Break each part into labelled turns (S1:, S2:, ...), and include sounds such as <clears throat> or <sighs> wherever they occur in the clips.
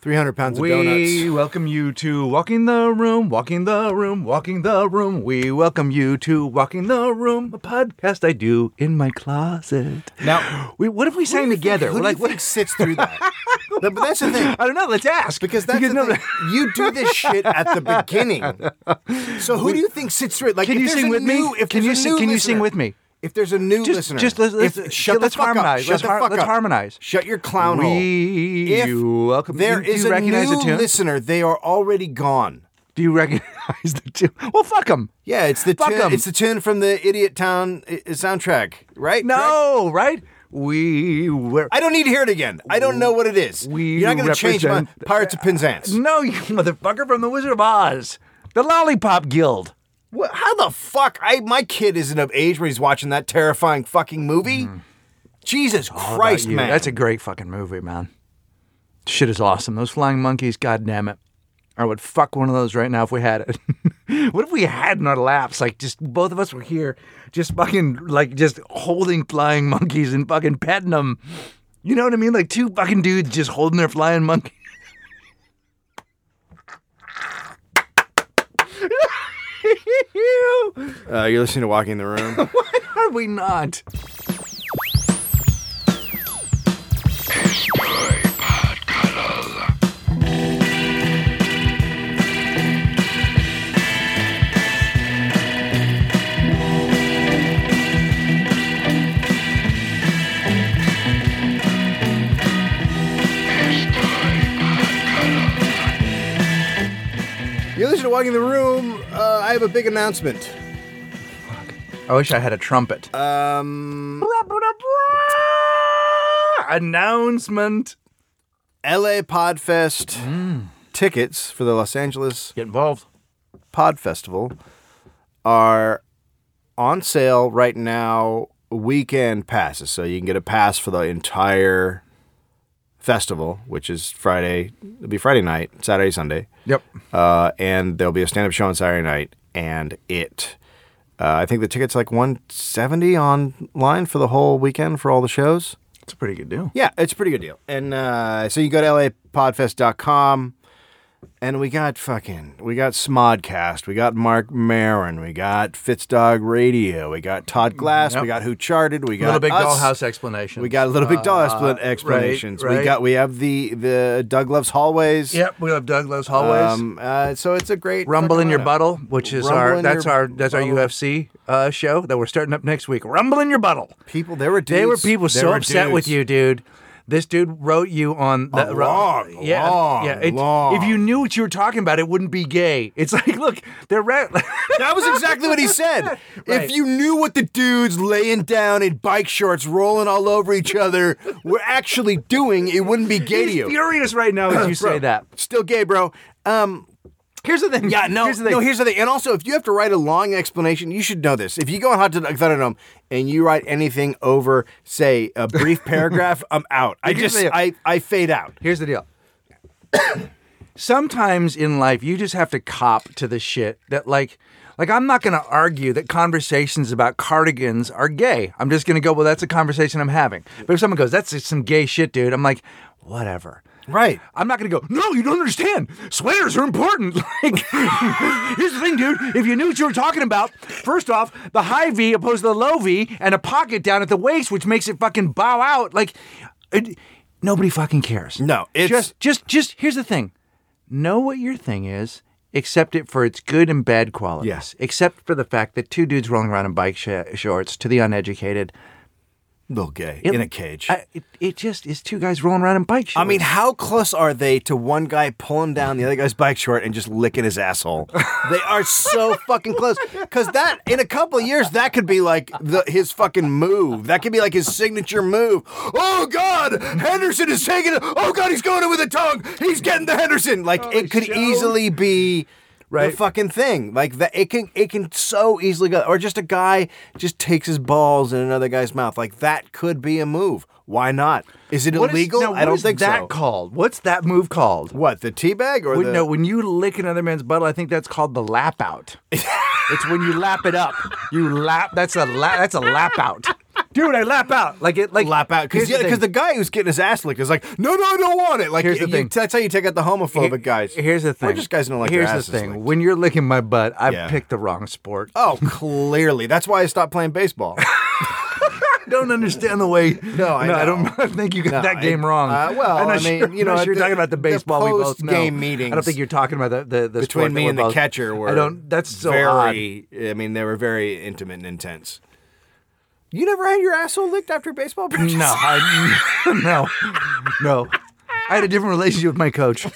S1: 300 pounds of
S2: We
S1: donuts.
S2: welcome you to walking the room, walking the room, walking the room. We welcome you to walking the room, a podcast I do in my closet.
S3: Now,
S2: We, what if we sang together?
S1: Who
S2: We're
S1: do
S2: like,
S1: you
S2: <laughs>
S1: think sits through that? No, but that's the thing.
S2: I don't know. Let's ask
S1: Because that's the
S2: no, <laughs>
S1: thing. you do this shit at the beginning. So who do you think sits through it? Like,
S2: Can
S1: if
S2: you
S1: there's
S2: sing
S1: a
S2: with me?
S1: new- If there's
S2: Can you
S1: a
S2: sing-
S1: new
S2: can you sing
S1: listener-
S2: with me?
S1: If there's a new
S2: Just-
S1: listener,
S2: just let's-
S1: if-
S2: let's-
S1: shut
S2: let's
S1: the fuck Up.
S2: harmonize.
S1: Shut
S2: Let's
S1: the
S2: har-
S1: fuck
S2: let's
S1: up.
S2: harmonize.
S1: Shut your clown
S2: We-
S1: hole. If
S2: you welcome-
S1: There
S2: you- do
S1: is
S2: you recognize
S1: a
S2: the
S1: new
S2: tune?
S1: listener. They are already gone.
S2: Do you recognize the tune? Well, fuck them.
S1: Yeah, it's the
S2: Fuck
S1: tune.
S2: 'em.
S1: It's the tune from the Idiot Town uh, soundtrack, right? Correct?
S2: No, right? We were.
S1: I don't need to hear it again. I don't know what it is.
S2: We
S1: You're not going to change my
S2: represent- Mm.
S1: Pirates of Penzance.
S2: no, you <laughs> motherfucker from the Wizard of Oz, the Lollipop Guild.
S1: Wha- How the fuck? I my kid isn't of age where he's watching that terrifying fucking movie. Jesus
S2: Mm. How about
S1: Christ,
S2: you?
S1: man!
S2: That's a great fucking movie, man. Shit is awesome. Those flying monkeys, god damn it. I would fuck one of those right now if we had it. <laughs> what if we had in our laps, like just both of us were here, just fucking like just holding flying monkeys and fucking petting them. You know what I mean? Like two fucking dudes just holding their flying monkey. <laughs>
S1: Uh, you're listening to Walking the Room.
S2: Why are we not?
S1: <laughs> you're listening to Walking the Room. Uh, I have a big announcement.
S2: I wish I had a trumpet.
S1: Um,
S2: Announcement.
S1: LA Podfest
S2: Mm.
S1: tickets for the Los Angeles
S2: Get involved.
S1: Pod Festival are on sale right now. Weekend passes, so you can get a pass for the entire festival, which is Friday. It'll be Friday night, Saturday, Sunday.
S2: Yep.
S1: uh, and there'll be a stand-up show on Saturday night, and it. Uh, I think the tickets like 170 online for the whole weekend for all the shows.
S2: It's a pretty good deal.
S1: Yeah, it's a pretty good deal. And uh, so you go to lapodfest.com, and we got fucking we got Smodcast, we got Mark Marin, we got Fitzdog Radio, we got Todd Glass,
S2: Mm, Yep.
S1: we got Who Charted, we got
S2: Little Big
S1: us.
S2: Dollhouse explanation.
S1: We got a little big doll expla-
S2: right,
S1: explanations. We
S2: right.
S1: got we have the the Doug Loves Hallways.
S2: Yep, we have Douglas Hallways.
S1: Um, uh, so it's a great
S2: Rumble
S1: fucking
S2: in your
S1: lineup.
S2: buttle, which is
S1: Rumble
S2: our
S1: in
S2: that's
S1: your
S2: our that's
S1: buttle.
S2: our UFC uh, show that we're starting up next week. Rumble in your buttle.
S1: People, there were dudes.
S2: They were people
S1: there
S2: so
S1: were
S2: upset with
S1: dudes.
S2: you, dude. This dude wrote you on the
S1: A
S2: ro-
S1: long,
S2: yeah,
S1: long,
S2: yeah. It,
S1: long.
S2: If you knew what you were talking about, it wouldn't be gay. It's <laughs> like, look, they're ra- <laughs>
S1: That was exactly what he said. If
S2: Right.
S1: you knew what the dudes laying down in bike shorts, rolling all over each other, were actually doing, it wouldn't be gay to
S2: He's
S1: you.
S2: furious right
S1: <coughs>
S2: now as you
S1: Bro,
S2: say that.
S1: Still gay, bro. Um,
S2: Here's the thing.
S1: yeah, no,
S2: Here's the thing.
S1: no. Here's the thing. And also, if you have to write a long explanation, you should know this. If you go on Hot Thunderdome and you write anything over, say a brief paragraph, I'm out. I
S2: Here's
S1: just,
S2: the-
S1: I, I fade out.
S2: Here's the deal. <coughs> Sometimes in life, you just have to cop to the shit that, like, like I'm not going to argue that conversations about cardigans are gay. I'm just going to go, well, that's a conversation I'm having. But if someone goes, that's just some gay shit, dude, I'm like, whatever.
S1: Right.
S2: I'm not going to go, no, you don't understand. Sweaters are important. <laughs> Like, here's the thing, dude. If you knew what you were talking about, first off, the high V opposed to the low V and a pocket down at the waist, which makes it fucking bow out. Like, it, nobody fucking cares.
S1: No, it's
S2: just, just, just, here's the thing. Know what your thing is. Accept it for its good and bad qualities.
S1: Yes.
S2: Except for the fact that two dudes rolling around in bike sh- shorts to the uneducated
S1: little gay
S2: it-
S1: in a cage.
S2: I, it, it just is two guys rolling around in bike
S1: I
S2: shorts.
S1: mean, how close are they to one guy pulling down the other guy's bike short and just licking his asshole? they are so fucking close. Because that, in a couple of years, that could be like the, his fucking move. That could be like his signature move. Oh God, Henderson is taking. it. Oh God, he's going in with a tongue. He's getting the Henderson. Like it could
S2: show.
S1: easily be.
S2: Right.
S1: The fucking thing, like that, it can it can so easily go, or just a guy just takes his balls in another guy's mouth, like that could be a move. Why not? Is it
S2: What is-
S1: illegal?
S2: now, what
S1: I don't
S2: is
S1: think
S2: that
S1: so.
S2: called? What's that move called?
S1: What the tea bag or
S2: When,
S1: the <laughs>
S2: No, when you lick another man's buttle, I think that's called the lap out. it's when you lap it up. You lap. That's a la- that's a lap out. dude, I lap out. Like it, like
S1: lap out because
S2: here's the
S1: because
S2: thing.
S1: the, guy who's getting his ass licked is like, no, no, I don't want it. Like
S2: Here's the
S1: you-
S2: thing.
S1: that's how you take out the homophobic
S2: Here-
S1: guys.
S2: Here's the thing.
S1: We're just guys who don't like their
S2: Here's
S1: asses
S2: the thing.
S1: licked.
S2: When you're licking my butt, I've
S1: Yeah.
S2: picked the wrong sport.
S1: Oh, clearly that's why I stopped playing
S2: <laughs>
S1: baseball.
S2: I don't understand the way.
S1: <laughs> No, I
S2: don't.
S1: know.
S2: I <laughs> think you got
S1: No,
S2: that game
S1: I-
S2: wrong.
S1: uh, well,
S2: I'm not
S1: I mean,
S2: sure-
S1: you
S2: I'm not
S1: know,
S2: sure you're
S1: the-
S2: talking about the
S1: the
S2: baseball we both know.
S1: post-game
S2: I don't
S1: meetings
S2: think you're talking about the the, the sport
S1: Between
S2: that
S1: me
S2: we're
S1: and the
S2: both-
S1: catcher were
S2: I don't. That's so odd.
S1: very. I mean, they were very intimate and intense. You never had your asshole licked after baseball practice?
S2: No, I, <laughs> no, no. I had a different relationship with my coach.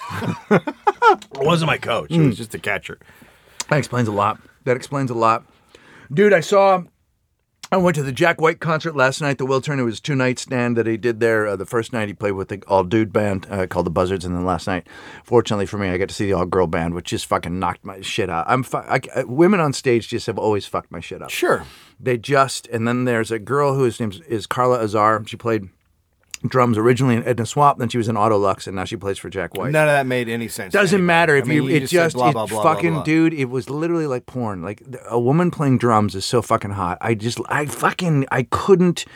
S1: it wasn't my coach. It was just the catcher.
S2: That explains a lot. That explains a lot. Dude, I saw. I went to the Jack White concert last night. The Will Turner was two night stand that he did there. Uh, the first night he played with the all dude band uh, called the Buzzards, and then last night, fortunately for me, I got to see the all girl band, which just fucking knocked my shit out. I'm fu- I, I- women on stage just have always fucked my shit up.
S1: Sure.
S2: They just and then there's a girl whose name is Carla Azar. She played drums originally in Edna Swap, then she was in Autolux, and now she plays for Jack White.
S1: None of that made any sense. to
S2: Doesn't
S1: anybody.
S2: matter if
S1: I mean,
S2: you, it just,
S1: said blah,
S2: it
S1: blah, blah, blah,
S2: fucking
S1: blah.
S2: dude, it was literally like porn. Like th- a woman playing drums is so fucking hot. I just I fucking I couldn't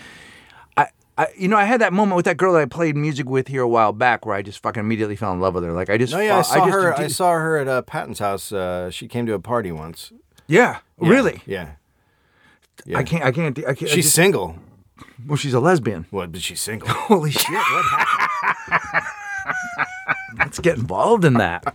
S2: I I you know, I had that moment with that girl that I played music with here a while back where I just fucking immediately fell in love with her. Like I just
S1: No, Oh, yeah, I
S2: fa-
S1: saw
S2: just
S1: her. I
S2: did-
S1: saw her at uh, Patton's house. Uh, she came to a party once.
S2: yeah, really.
S1: Yeah.
S2: I can't I can't I can't I
S1: She's
S2: just-
S1: single.
S2: well, she's a lesbian.
S1: What? But she's single.
S2: <laughs> Holy shit, what happened? Let's get involved in that.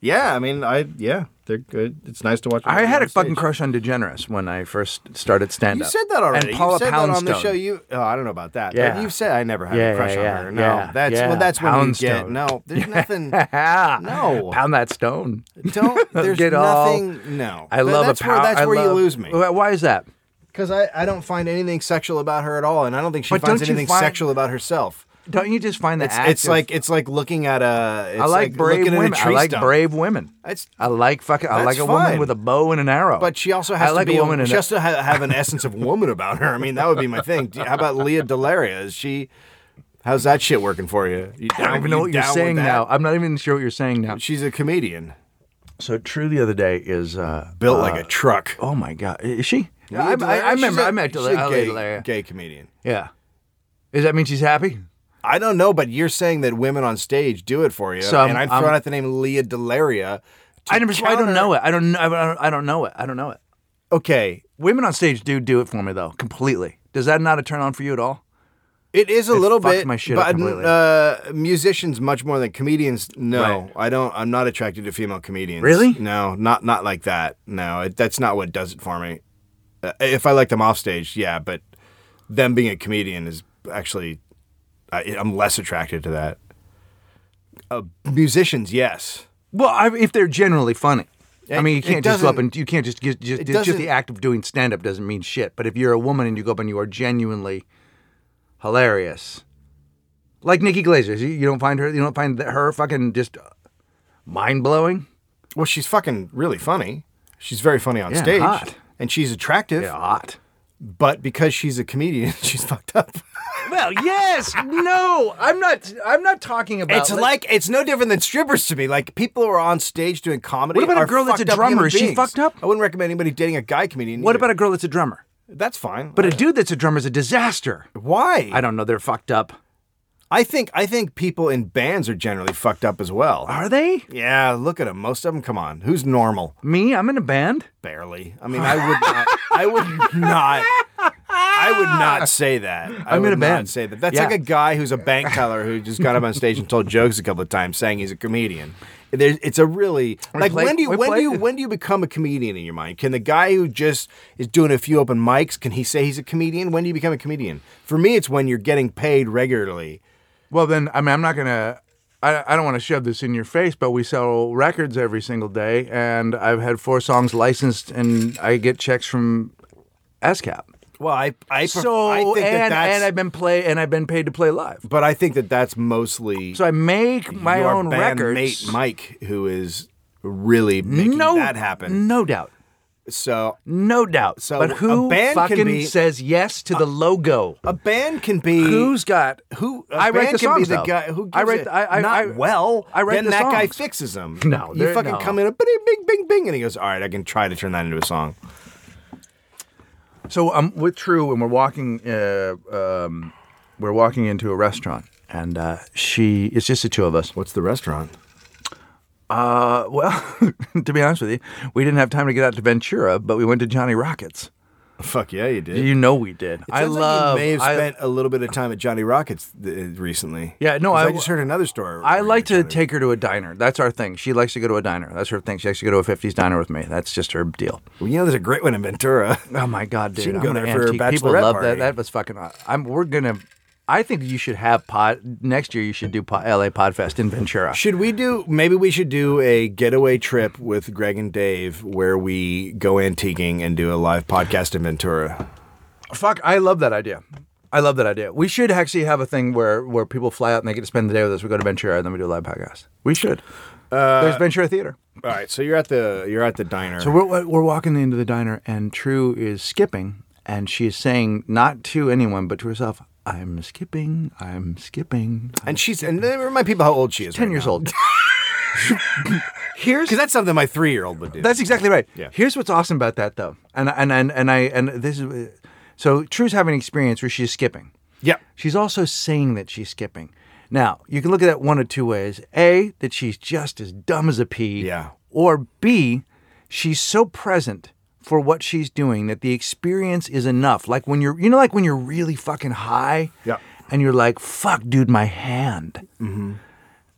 S1: yeah. I mean, I. Yeah. They're good. It's nice to watch.
S2: I
S1: them
S2: had a
S1: on stage.
S2: fucking crush on DeGeneres when I first started stand
S1: You
S2: up.
S1: said that already.
S2: And Paula
S1: you said that on the
S2: Poundstone.
S1: show. You. Oh, I don't know about that.
S2: Yeah.
S1: But you've said I never had
S2: Yeah,
S1: a crush
S2: yeah,
S1: on
S2: yeah,
S1: her. No.
S2: yeah,
S1: that's
S2: yeah.
S1: well. That's when you get.
S2: Poundstone.
S1: No. There's
S2: <laughs>
S1: nothing.
S2: no.
S1: No.
S2: Pound that stone.
S1: Don't. <laughs> There's
S2: Get all-
S1: nothing. No.
S2: I
S1: But
S2: love
S1: that's
S2: a
S1: where,
S2: pound.
S1: That's
S2: I
S1: where you
S2: love-
S1: lose me.
S2: Why why is that?
S1: Because I, I don't find anything sexual about her at all, and I don't think she
S2: But
S1: finds
S2: don't you
S1: anything
S2: find-
S1: sexual about herself.
S2: Don't you just find that
S1: It's, it's like it's like looking at a. It's
S2: I like, brave
S1: looking at a
S2: women. I
S1: tree
S2: like
S1: stump.
S2: brave women.
S1: It's-
S2: I like fucking. I
S1: That's
S2: like a woman
S1: fine.
S2: with a bow and an arrow.
S1: But she also has
S2: I like
S1: to be
S2: a woman.
S1: she
S2: in a-
S1: has to ha- have an essence of woman about her. I mean, that would be my thing. How about Leah Delaria? Is she? How's that shit working for you? You
S2: I don't
S1: down-
S2: even know
S1: you
S2: what you're
S1: down with
S2: saying
S1: that?
S2: now. I'm not even sure what you're saying now.
S1: She's a comedian,
S2: So true. The other day is. uh
S1: built like a truck.
S2: Oh my god, is she? Yeah,
S1: Leah
S2: I, I,
S1: Delaria,
S2: I remember.
S1: she's a-
S2: I met
S1: she's
S2: Dela-
S1: a
S2: LA
S1: gay,
S2: Delaria.
S1: gay comedian.
S2: Yeah. Does that mean she's happy?
S1: I don't know, but you're saying that women on stage do it for you,
S2: So I'm-
S1: and I'm
S2: I'm-
S1: throwing out the name Leah Delaria. to
S2: I never. I
S1: counter-
S2: don't know it. I don't. know- I don't. I don't know it. I don't know it.
S1: Okay,
S2: Women on stage do do it for me though, completely. Does that not a turn on for you at all?
S1: It is a little
S2: fucks
S1: bit,
S2: my shit up
S1: but
S2: completely.
S1: uh, musicians much more than comedians. No,
S2: Right.
S1: I don't. I'm not attracted to female comedians.
S2: Really?
S1: No, not not like that. No, it, that's not what does it for me. Uh, if I like them off stage, yeah, but them being a comedian is actually, I, I'm less attracted to that. Uh, musicians, yes.
S2: Well, I, if they're generally funny. I
S1: It-
S2: mean, you
S1: it
S2: can't just go up
S1: doesn't-
S2: and you can't just just, just,
S1: it
S2: it's just
S1: doesn't-
S2: the act of doing stand up doesn't mean shit. But if you're a woman and you go up and you are genuinely hilarious, like Nikki Glaser, you, you don't find her you don't find that- her fucking just mind blowing.
S1: Well, she's fucking really funny. She's very funny on
S2: Yeah,
S1: stage,
S2: hot.
S1: and she's attractive.
S2: Hot.
S1: But because she's a comedian, <laughs> she's fucked up.
S2: Well, yes, no, I'm not. I'm not talking about.
S1: It's like it's no different than strippers to me. Like people who are on stage doing comedy.
S2: What about a
S1: are
S2: girl that's a
S1: fucked up
S2: drummer?
S1: human
S2: Is she
S1: beings.
S2: fucked up?
S1: I wouldn't recommend anybody dating a guy comedian.
S2: what
S1: either.
S2: about a girl that's a drummer?
S1: that's fine?
S2: But a dude that's a drummer is a disaster.
S1: why?
S2: I don't know. They're fucked up.
S1: I think I think people in bands are generally fucked up as well.
S2: Are they?
S1: Yeah, look at them. Most of them, come on, who's normal?
S2: Me? I'm in a band.
S1: Barely. I mean, I would not. I would <laughs> not. I would <laughs> not say that. I
S2: I'm in
S1: would
S2: a band.
S1: Not say that. That's
S2: Yeah.
S1: like a guy who's a bank teller who just got up on stage and told jokes a couple of times, saying he's a comedian. There's, it's a really like
S2: play-
S1: when do you
S2: we
S1: when
S2: play-
S1: do you when do you become a comedian in your mind? Can the guy who just is doing a few open mics can he say he's a comedian? When do you become a comedian? For me, it's when you're getting paid regularly.
S2: Well, then, I mean, I'm not going to, I, I don't want to shove this in your face, but we sell records every single day, and I've had four songs licensed, and I get checks from ASCAP.
S1: Well, I I pref-
S2: So,
S1: I think that
S2: and,
S1: that's,
S2: and I've been play, and I've been paid to play live.
S1: but I think that that's mostly
S2: So I make my
S1: your
S2: own records.
S1: mate Mike, who is really making
S2: no,
S1: that happen.
S2: No doubt.
S1: So
S2: No doubt.
S1: So
S2: but
S1: a
S2: who
S1: band can
S2: fucking
S1: be-
S2: says yes to the logo?
S1: a band can be
S2: Who's got
S1: who. a
S2: I write
S1: band
S2: the
S1: can be
S2: songs
S1: the
S2: though.
S1: guy who gives
S2: I write.
S1: it
S2: the- I, I,
S1: not
S2: I,
S1: well.
S2: I write
S1: then
S2: the
S1: that guy
S2: songs.
S1: fixes them.
S2: No,
S1: you
S2: they're-
S1: fucking
S2: no.
S1: come in and bing, bing, bing, bing, and he goes, "All right, I can try to turn that into a song."
S2: So I'm with True, and we're walking. Uh, um, we're walking into a restaurant, and uh, she. It's just the two of us.
S1: What's the restaurant?
S2: Uh, well, <laughs> to be honest with you, we didn't have time to get out to Ventura, but we went to Johnny Rockets.
S1: Fuck yeah, you did.
S2: You know we did. I
S1: Sounds like
S2: love.
S1: You may have
S2: I-
S1: spent a little bit of time at Johnny Rockets uh, recently.
S2: Yeah, no,
S1: 'Cause
S2: I-
S1: I, just heard another story.
S2: I
S1: where
S2: like
S1: you were
S2: to
S1: Johnny-
S2: take her to a diner. That's our thing. She likes to go to a diner. That's her thing. She likes to go to a 50s diner with me. That's just her deal.
S1: Well, you know, there's a great one in Ventura.
S2: Oh my god, dude!
S1: can
S2: I'm
S1: go
S2: an
S1: there for her
S2: antique. People
S1: bachelorette
S2: love that.
S1: party.
S2: That was fucking. aw- I'm. We're gonna. I think you should have pod next year. You should do pod, L.A. Podfest in Ventura.
S1: Should we do? Maybe we should do a getaway trip with Greg and Dave, where we go antiquing and do a live podcast in Ventura.
S2: Fuck, I love that idea. I love that idea. We should actually have a thing where where people fly out and they get to spend the day with us. We go to Ventura and then we do a live podcast. We should. There's Ventura Theater.
S1: All right, so you're at the you're at the diner.
S2: So we're we're walking into the diner and True is skipping and she is saying not to anyone but to herself. I'm skipping. I'm skipping.
S1: and she's and then remind people how old she is.
S2: Ten years old. Here's
S1: Because that's something my three year old would do.
S2: That's exactly right.
S1: Yeah.
S2: Here's what's awesome about that though, and and and and I and this is so True's having an experience where she's skipping.
S1: yeah.
S2: She's also saying that she's skipping. Now you can look at that one of two ways: a that she's just as dumb as a pea,
S1: Yeah.
S2: or b she's so present for what she's doing that the experience is enough. Like when you're, you know, like when you're really fucking high,
S1: Yeah.
S2: and you're like, "Fuck, dude, my hand."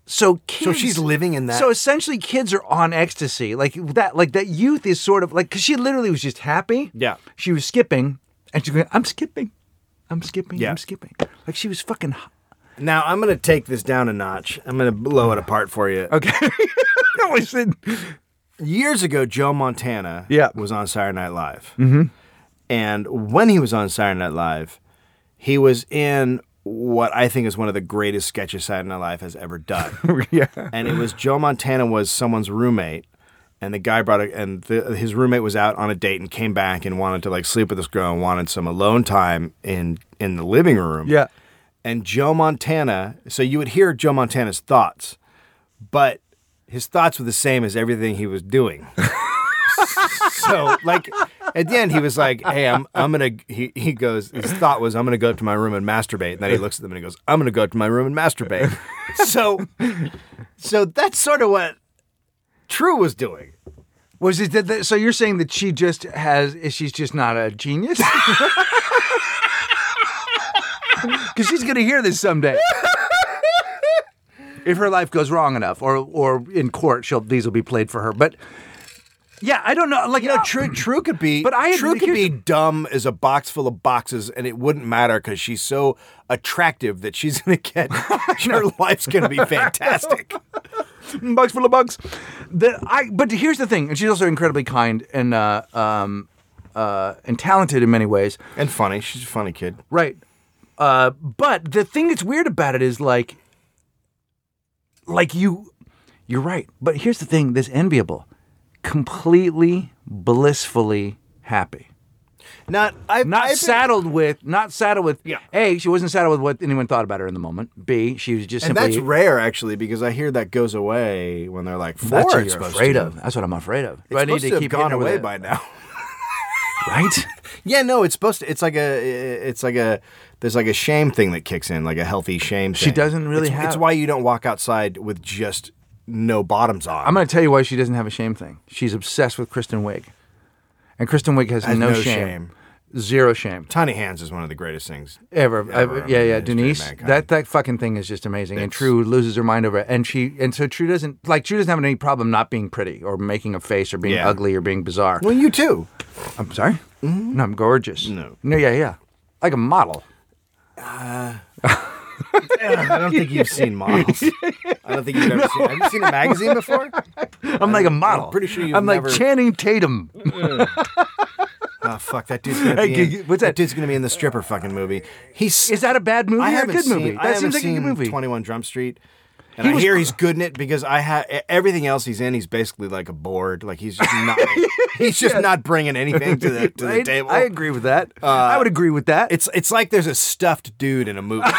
S2: So kids,
S1: Mm-hmm. she's living in that-
S2: So essentially, kids are on ecstasy, like that. Like that youth is sort of like because she literally was just happy.
S1: Yeah.
S2: she was skipping, and she's going, "I'm skipping, I'm skipping,
S1: Yeah.
S2: I'm skipping." Like she was fucking. hi- <laughs>
S1: Now I'm gonna take this down a notch. I'm gonna blow it apart for you.
S2: Okay. <laughs> I said-
S1: years ago, Joe Montana
S2: Yeah.
S1: was on Saturday Night Live. Mm-hmm. And when he was on Saturday Night Live, he was in what I think is one of the greatest sketches Saturday Night Live has ever
S2: <laughs>
S1: done.
S2: yeah.
S1: and it was Joe Montana was someone's roommate. And the guy brought a, and the, his roommate was out on a date and came back and wanted to like sleep with this girl and wanted some alone time in in the living room
S2: Yeah.
S1: and Joe Montana. So you would hear Joe Montana's thoughts, but his thoughts were the same as everything he was doing. <laughs> so like at the end he was like, "Hey, I'm I'm gonna." He, he goes. His thought was, "I'm gonna go up to my room and masturbate." And then he looks at them and he goes, "I'm gonna go up to my room and masturbate." <laughs> so, so that's sort of what True was doing.
S2: Was it that, that? So you're saying that she just has? is She's just not a genius. <laughs> Because she's gonna hear this someday. if her life goes wrong enough, or or in court, she'll these will be played for her. But yeah, I don't know. Like
S1: No, True, True could be,
S2: But I-
S1: True could be
S2: here's
S1: dumb as a box full of boxes, and it wouldn't matter because she's so attractive that she's gonna <laughs> get her life's gonna <laughs> be fantastic.
S2: bugs full of bugs. That I. But here's the thing, and she's also incredibly kind and uh, um, uh, and talented in many ways.
S1: and funny, she's a funny kid.
S2: Right. Uh, but the thing that's weird about it is like, like you, you're right. But here's the thing that's enviable completely blissfully happy.
S1: Not I,
S2: Not
S1: I've been-
S2: saddled with, not saddled with,
S1: Yeah.
S2: A, she wasn't saddled with what anyone thought about her in the moment. B, she was just
S1: and
S2: simply.
S1: that's rare actually because I hear that goes away when they're like four.
S2: that's what
S1: it's
S2: you're
S1: supposed
S2: afraid
S1: to.
S2: of. That's what I'm afraid of.
S1: It's
S2: Do I need
S1: supposed to
S2: to
S1: have
S2: keep
S1: gone
S2: hitting her with
S1: away
S2: it?
S1: by now.
S2: Right?
S1: <laughs> yeah, no, it's supposed to. It's like a. It's like a. There's like a shame thing that kicks in, like a healthy shame.
S2: She doesn't really
S1: it's, It's
S2: have-
S1: why you don't walk outside with just no bottoms on.
S2: I'm going to tell you why she doesn't have a shame thing. She's obsessed with Kristen Wiig. And Kristen Wiig has,
S1: Has
S2: no,
S1: no
S2: shame. Zero shame.
S1: Tiny Hands is one of the greatest things.
S2: ever, ever.
S1: I
S2: yeah,
S1: mean,
S2: yeah,
S1: it's pretty
S2: Denise.
S1: mankind.
S2: That that fucking thing is just amazing. And True loses her mind over it, and she and so True doesn't like True doesn't have any problem not being pretty or making a face or being
S1: Yeah.
S2: ugly or being bizarre.
S1: Well, you too.
S2: I'm sorry. No, I'm gorgeous.
S1: Mm-hmm. No.
S2: no, yeah, yeah, like a model.
S1: I don't think you've <laughs> seen models. I don't think you've ever seen. Have you seen a magazine before?
S2: I'm like a model.
S1: pretty sure you've
S2: I'm like
S1: never-
S2: Channing Tatum.
S1: Oh fuck, that dude's gonna
S2: Hey,
S1: be.
S2: g-
S1: in,
S2: g- what's that?
S1: dude's gonna be in the stripper fucking movie. He's.
S2: Is that a bad movie
S1: I
S2: or a
S1: haven't
S2: good
S1: seen.
S2: movie?
S1: I
S2: that
S1: haven't
S2: seems like
S1: seen
S2: a good movie.
S1: Twenty One Drum Street. And
S2: He
S1: I
S2: was
S1: hear
S2: cr-
S1: he's good in it because I have everything else he's in. He's basically like a board. Like he's just <laughs> not. he's just not bringing anything to the to the
S2: Right?
S1: table. Uh,
S2: I agree with that. I would agree with that.
S1: It's it's like there's a stuffed dude in a movie.
S2: <laughs>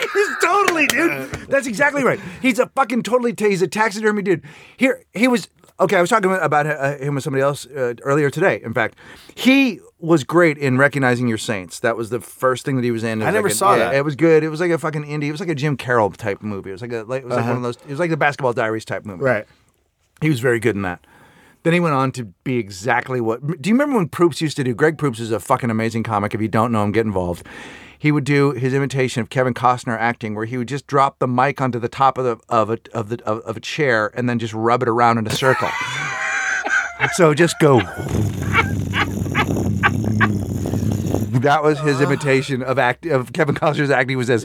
S1: Uh,
S2: totally, dude. That's exactly right. He's a fucking totally. T- he's a taxidermy dude. Here, he was. Okay, I was talking about uh, him with somebody else uh, earlier today. In fact, he was great in recognizing your saints. That was the first thing that he was in. It was
S1: never
S2: like a-
S1: saw
S2: yeah,
S1: that.
S2: It was good. It was like a fucking indie. It was like a Jim Carroll type movie. It was like a like, it was
S1: Uh-huh.
S2: like one of those. It was like the Basketball Diaries type
S1: <laughs>
S2: movie.
S1: Right.
S2: He was very good in that. Then he went on to be exactly what. Do you remember when Proops used to do? Greg Proops is a fucking amazing comic. If you don't know him, get involved. He would do his imitation of Kevin Costner acting, where he would just drop the mic onto the top of the of a of the of, of a chair and then just rub it around in a circle. <laughs> so just go. <laughs> That was his imitation of act of Kevin Costner's acting was this.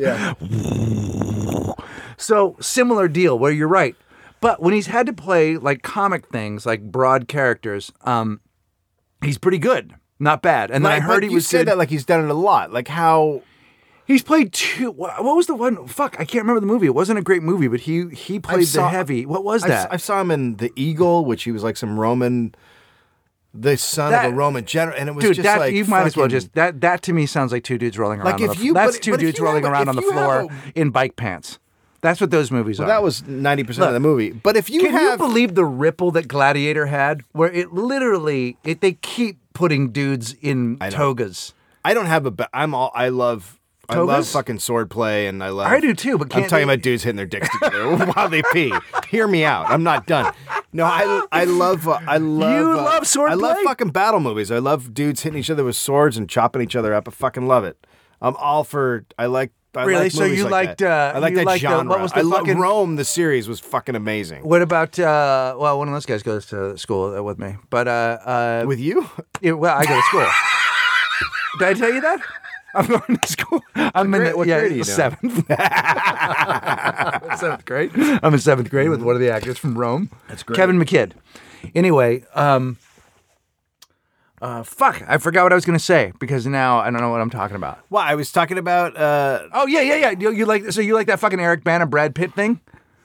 S2: So similar deal where you're right. But when he's had to play like comic things, like broad characters, um, he's pretty good. Not bad. And then I
S1: But-
S2: heard
S1: but
S2: he
S1: you
S2: was
S1: said
S2: good-
S1: that like he's done it a lot. Like how
S2: He's played two what what was the one fuck, I can't remember the movie. It wasn't a great movie, but he he played
S1: saw-
S2: the heavy. What was
S1: I, s-
S2: that?
S1: I saw him in The Eagle, which he was like some Roman, the son
S2: That-
S1: of a Roman general, and it was
S2: Dude,
S1: just
S2: that
S1: like
S2: you might as well
S1: fucking-
S2: just that that to me sounds like two dudes rolling around.
S1: Like,
S2: on
S1: if
S2: the,
S1: you-
S2: that's
S1: but-
S2: two
S1: but if
S2: dudes
S1: you
S2: rolling
S1: have a-
S2: around
S1: if
S2: on the
S1: you have
S2: floor in bike pants. That's what those movies are.
S1: that was ninety percent of the movie. But if you
S2: Can
S1: have
S2: you believe the ripple that Gladiator had? Where it literally, it, they keep putting dudes in
S1: know.
S2: togas.
S1: I don't have a. ba- I'm all. I love. I love
S2: Togas?
S1: fucking swordplay, and I love.
S2: I do too, but
S1: I'm
S2: can't
S1: talking
S2: they-
S1: about dudes hitting their dicks together <laughs> while they pee. Hear me out. I'm not done. No, I I love uh, I love
S2: You
S1: uh,
S2: love
S1: I love
S2: swordplay?
S1: fucking battle movies. I love dudes hitting each other with swords and chopping each other up. I fucking love it. I'm all for. I like. I
S2: Really?
S1: Like
S2: So
S1: movies
S2: you
S1: like
S2: liked,
S1: that.
S2: uh,
S1: I like
S2: you
S1: that
S2: liked the- what
S1: genre.
S2: was the
S1: I love
S2: fucking-
S1: Rome. The series was fucking amazing.
S2: What about, uh, well, one of those guys goes to school with me, but, uh, uh,
S1: With you? <laughs>
S2: yeah, well, I go to school. Did I tell you that? I'm going to school. I'm in
S1: grade-
S2: the,
S1: what
S2: yeah,
S1: grade are you doing? <laughs>
S2: seventh. seventh grade. I'm in seventh grade with one of the actors from Rome. That's
S1: great.
S2: Kevin McKidd. Anyway, um, uh, fuck, I forgot what I was going to say because now I don't know what I'm talking about.
S1: Well, I was talking about uh,
S2: Oh yeah, yeah, yeah. You, you like so you like that fucking Eric Bana Brad Pitt thing?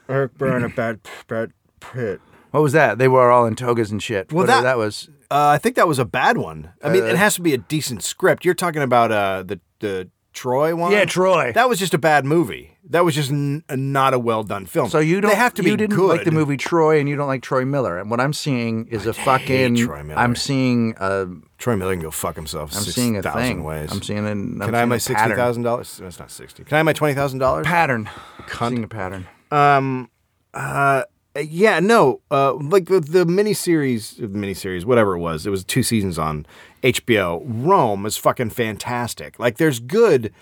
S1: Eric Byrne about Brad Pitt.
S2: What was that? They were all in togas and shit. Well,
S1: that-
S2: that was
S1: Uh, I think that was a bad one. I
S2: Uh,
S1: mean, it has to be a decent script. You're talking about uh, the the Troy one.
S2: Yeah, Troy.
S1: That was just a bad movie. That was just n- not a well done film.
S2: so you don't
S1: They have to
S2: you
S1: be
S2: didn't
S1: good.
S2: like the movie Troy and you don't like Troy Miller. And what I'm seeing is a fucking
S1: Troy Miller.
S2: I'm seeing a
S1: Troy Miller can go fuck himself.
S2: I'm seeing a thing.
S1: Ways.
S2: I'm seeing an I'm
S1: Can I have my
S2: seeing a
S1: sixty
S2: pattern.
S1: thousand dollars? That's not sixty. Can I have my twenty thousand dollars?
S2: pattern. I'm Seeing a pattern.
S1: Uh, yeah, no. Uh, like the, the miniseries, the miniseries, whatever it was, it was two seasons on HBO. Rome is fucking fantastic. Like there's good,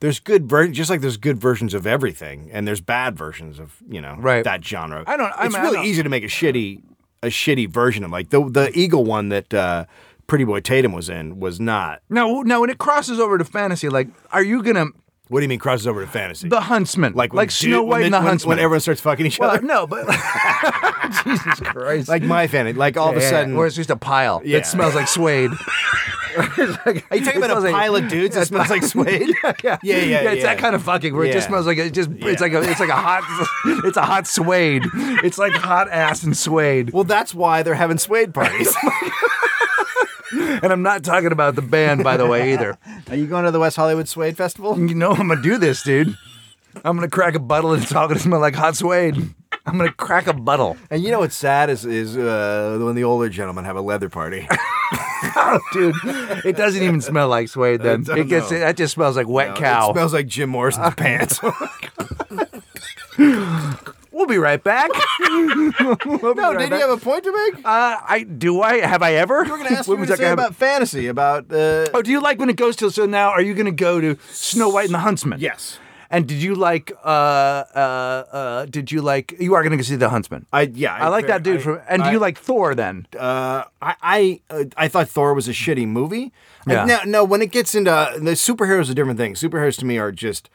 S1: there's good ver- just like there's good versions of everything, and there's bad versions of you know
S2: Right.
S1: that genre.
S2: I don't- I
S1: it's
S2: mean, I
S1: really
S2: don't-
S1: easy to make a shitty a shitty version of like the the Eagle one that uh, Pretty Boy Tatum was in was not.
S2: Now, now when it crosses over to fantasy, like, are you gonna
S1: What do you mean crosses over to fantasy?
S2: the Huntsman?
S1: like when
S2: like
S1: dude-
S2: Snow
S1: when
S2: White
S1: they-
S2: and the
S1: when,
S2: Huntsman?
S1: when everyone starts fucking each
S2: well,
S1: other. <laughs>
S2: no, but <laughs> Jesus Christ!
S1: Like my fantasy, like all of a
S2: Yeah,
S1: sudden,
S2: or it's just a pile
S1: Yeah.
S2: that smells like
S1: <laughs>
S2: suede.
S1: Are you talking
S2: It
S1: about a
S2: smells like-
S1: pile of dudes <laughs> that smells like suede?
S2: yeah,
S1: Yeah, yeah,
S2: It's
S1: yeah.
S2: that kind of fucking where it just
S1: Yeah.
S2: smells like it just it's like a it's like
S1: <laughs>
S2: a hot it's a hot suede. It's like hot ass and suede.
S1: Well, that's why they're having suede parties. <laughs>
S2: And I'm not talking about the band by the way either.
S1: Are you going to the West Hollywood Suede Festival?
S2: You know I'm gonna do this, dude. I'm gonna crack a bottle and it's all gonna smell like hot suede. I'm gonna crack a bottle.
S1: And you know what's sad is is uh, when the older gentlemen have <laughs> a leather party.
S2: Oh, <laughs> dude, it doesn't even smell like suede. Then
S1: don't
S2: it gets
S1: know.
S2: that just smells like wet cow.
S1: It smells like Jim Morrison's <laughs> pants.
S2: we'll be right back.
S1: no,
S2: right
S1: did
S2: back.
S1: you have a point to make?
S2: Uh, I do I have I ever?
S1: We're <laughs> going to ask
S2: When
S1: you
S2: was
S1: to
S2: that gonna
S1: say
S2: happen?
S1: about fantasy, about uh,
S2: Oh, do you like when it goes to? So now, are you going to go to Snow White and the Huntsman?
S1: yes.
S2: And did you like? Uh, uh, uh, did you like? You are going to go see the Huntsman.
S1: I yeah.
S2: I, like that dude
S1: I-
S2: from. And do
S1: I-
S2: you like Thor then?
S1: Uh, I I, uh, I thought Thor was a shitty movie. I-
S2: Yeah.
S1: no, no. When it gets into the superheroes, a different thing. Superheroes to me are just.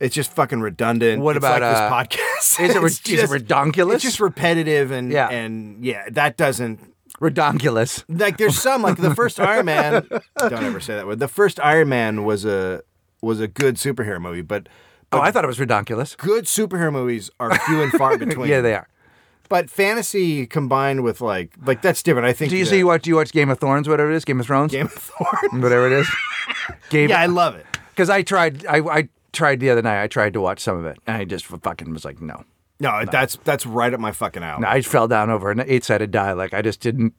S1: It's just fucking redundant.
S2: What
S1: It's
S2: about, uh,
S1: like this podcast? <laughs>
S2: is it re-
S1: It's
S2: is it redonkulous?
S1: It's just repetitive and
S2: Yeah.
S1: and yeah, that doesn't
S2: Redonkulous.
S1: like there's some like the first Iron Man. <laughs> Don't ever say that word. The first Iron Man was a was a good superhero movie, but
S2: Oh, I thought it was redonkulous.
S1: good superhero movies are few and
S2: <laughs>
S1: far between.
S2: Yeah, they are.
S1: But fantasy combined with like like that's different. I think.
S2: Do you
S1: the-
S2: see you watch? Do you watch Game of Thorns? Whatever it is, Game of Thrones.
S1: Game of Thorns? <laughs>
S2: Whatever it is. Game.
S1: yeah, I love it.
S2: Because I tried. I I tried the other night. I tried to watch some of it, and I just fucking was like, no.
S1: No, that's that's right up my fucking alley.
S2: I fell down over an eight sided die. Like I just didn't,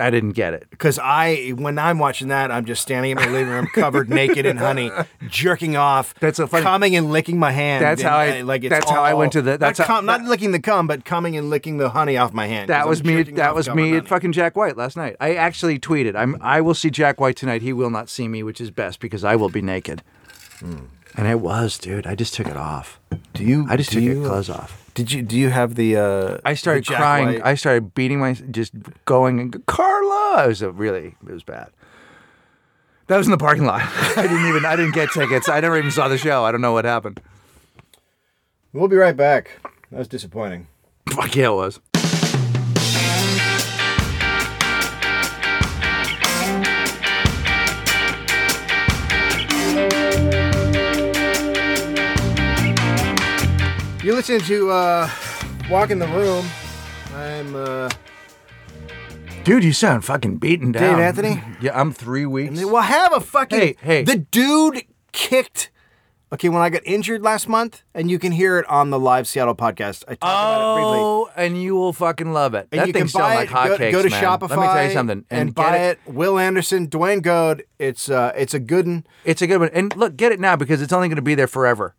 S2: I didn't get it.
S1: Because I, when I'm watching that, I'm just standing in my living room,
S2: <laughs>
S1: covered naked in honey, jerking off.
S2: That's so funny.
S1: Coming and licking my hand.
S2: That's
S1: and
S2: how I- that's how I went to the- that's
S1: not,
S2: how-
S1: cum- not licking the cum, but coming and licking the honey off my hand. 'cause
S2: That
S1: I'm
S2: was me.
S1: jerking
S2: That
S1: off
S2: was
S1: cum
S2: me
S1: and
S2: at
S1: honey.
S2: fucking Jack White last night. I actually tweeted, "I'm I will see Jack White tonight. He will not see me, which is best because I will be naked."
S1: Hmm.
S2: And it was, dude. I just took it off.
S1: Do you?
S2: I just
S1: do
S2: took your
S1: you-
S2: clothes off.
S1: Did you? Do you have the? uh
S2: I started
S1: the Jack
S2: crying.
S1: White-
S2: I started beating my, just going and go, Carla. It was a really, it was bad. That was in the parking lot. <laughs> I didn't even, I didn't get tickets. I never even saw the show. I don't know what happened.
S1: We'll be right back. That was disappointing.
S2: Fuck yeah, it was.
S1: You're listening to uh, Walk in the Room. I'm uh,
S2: Dude, you sound fucking beaten down.
S1: Anthony?
S2: Yeah, I'm three weeks.
S1: Well, have a fucking.
S2: Hey, hey.
S1: The dude kicked. Okay, when I got injured last month, and you can hear it on the live Seattle podcast. I talked about it briefly.
S2: Oh, and you will fucking love it.
S1: And
S2: that
S1: you
S2: thing
S1: can buy
S2: selling like
S1: it. Go,
S2: hotcakes,
S1: go to
S2: man.
S1: Shopify.
S2: Let me tell you something.
S1: And,
S2: get
S1: buy it. Will Anderson, Dwayne Goad. It's uh, it's a good one.
S2: It's a good one. And look, get it now because it's only going to be there forever.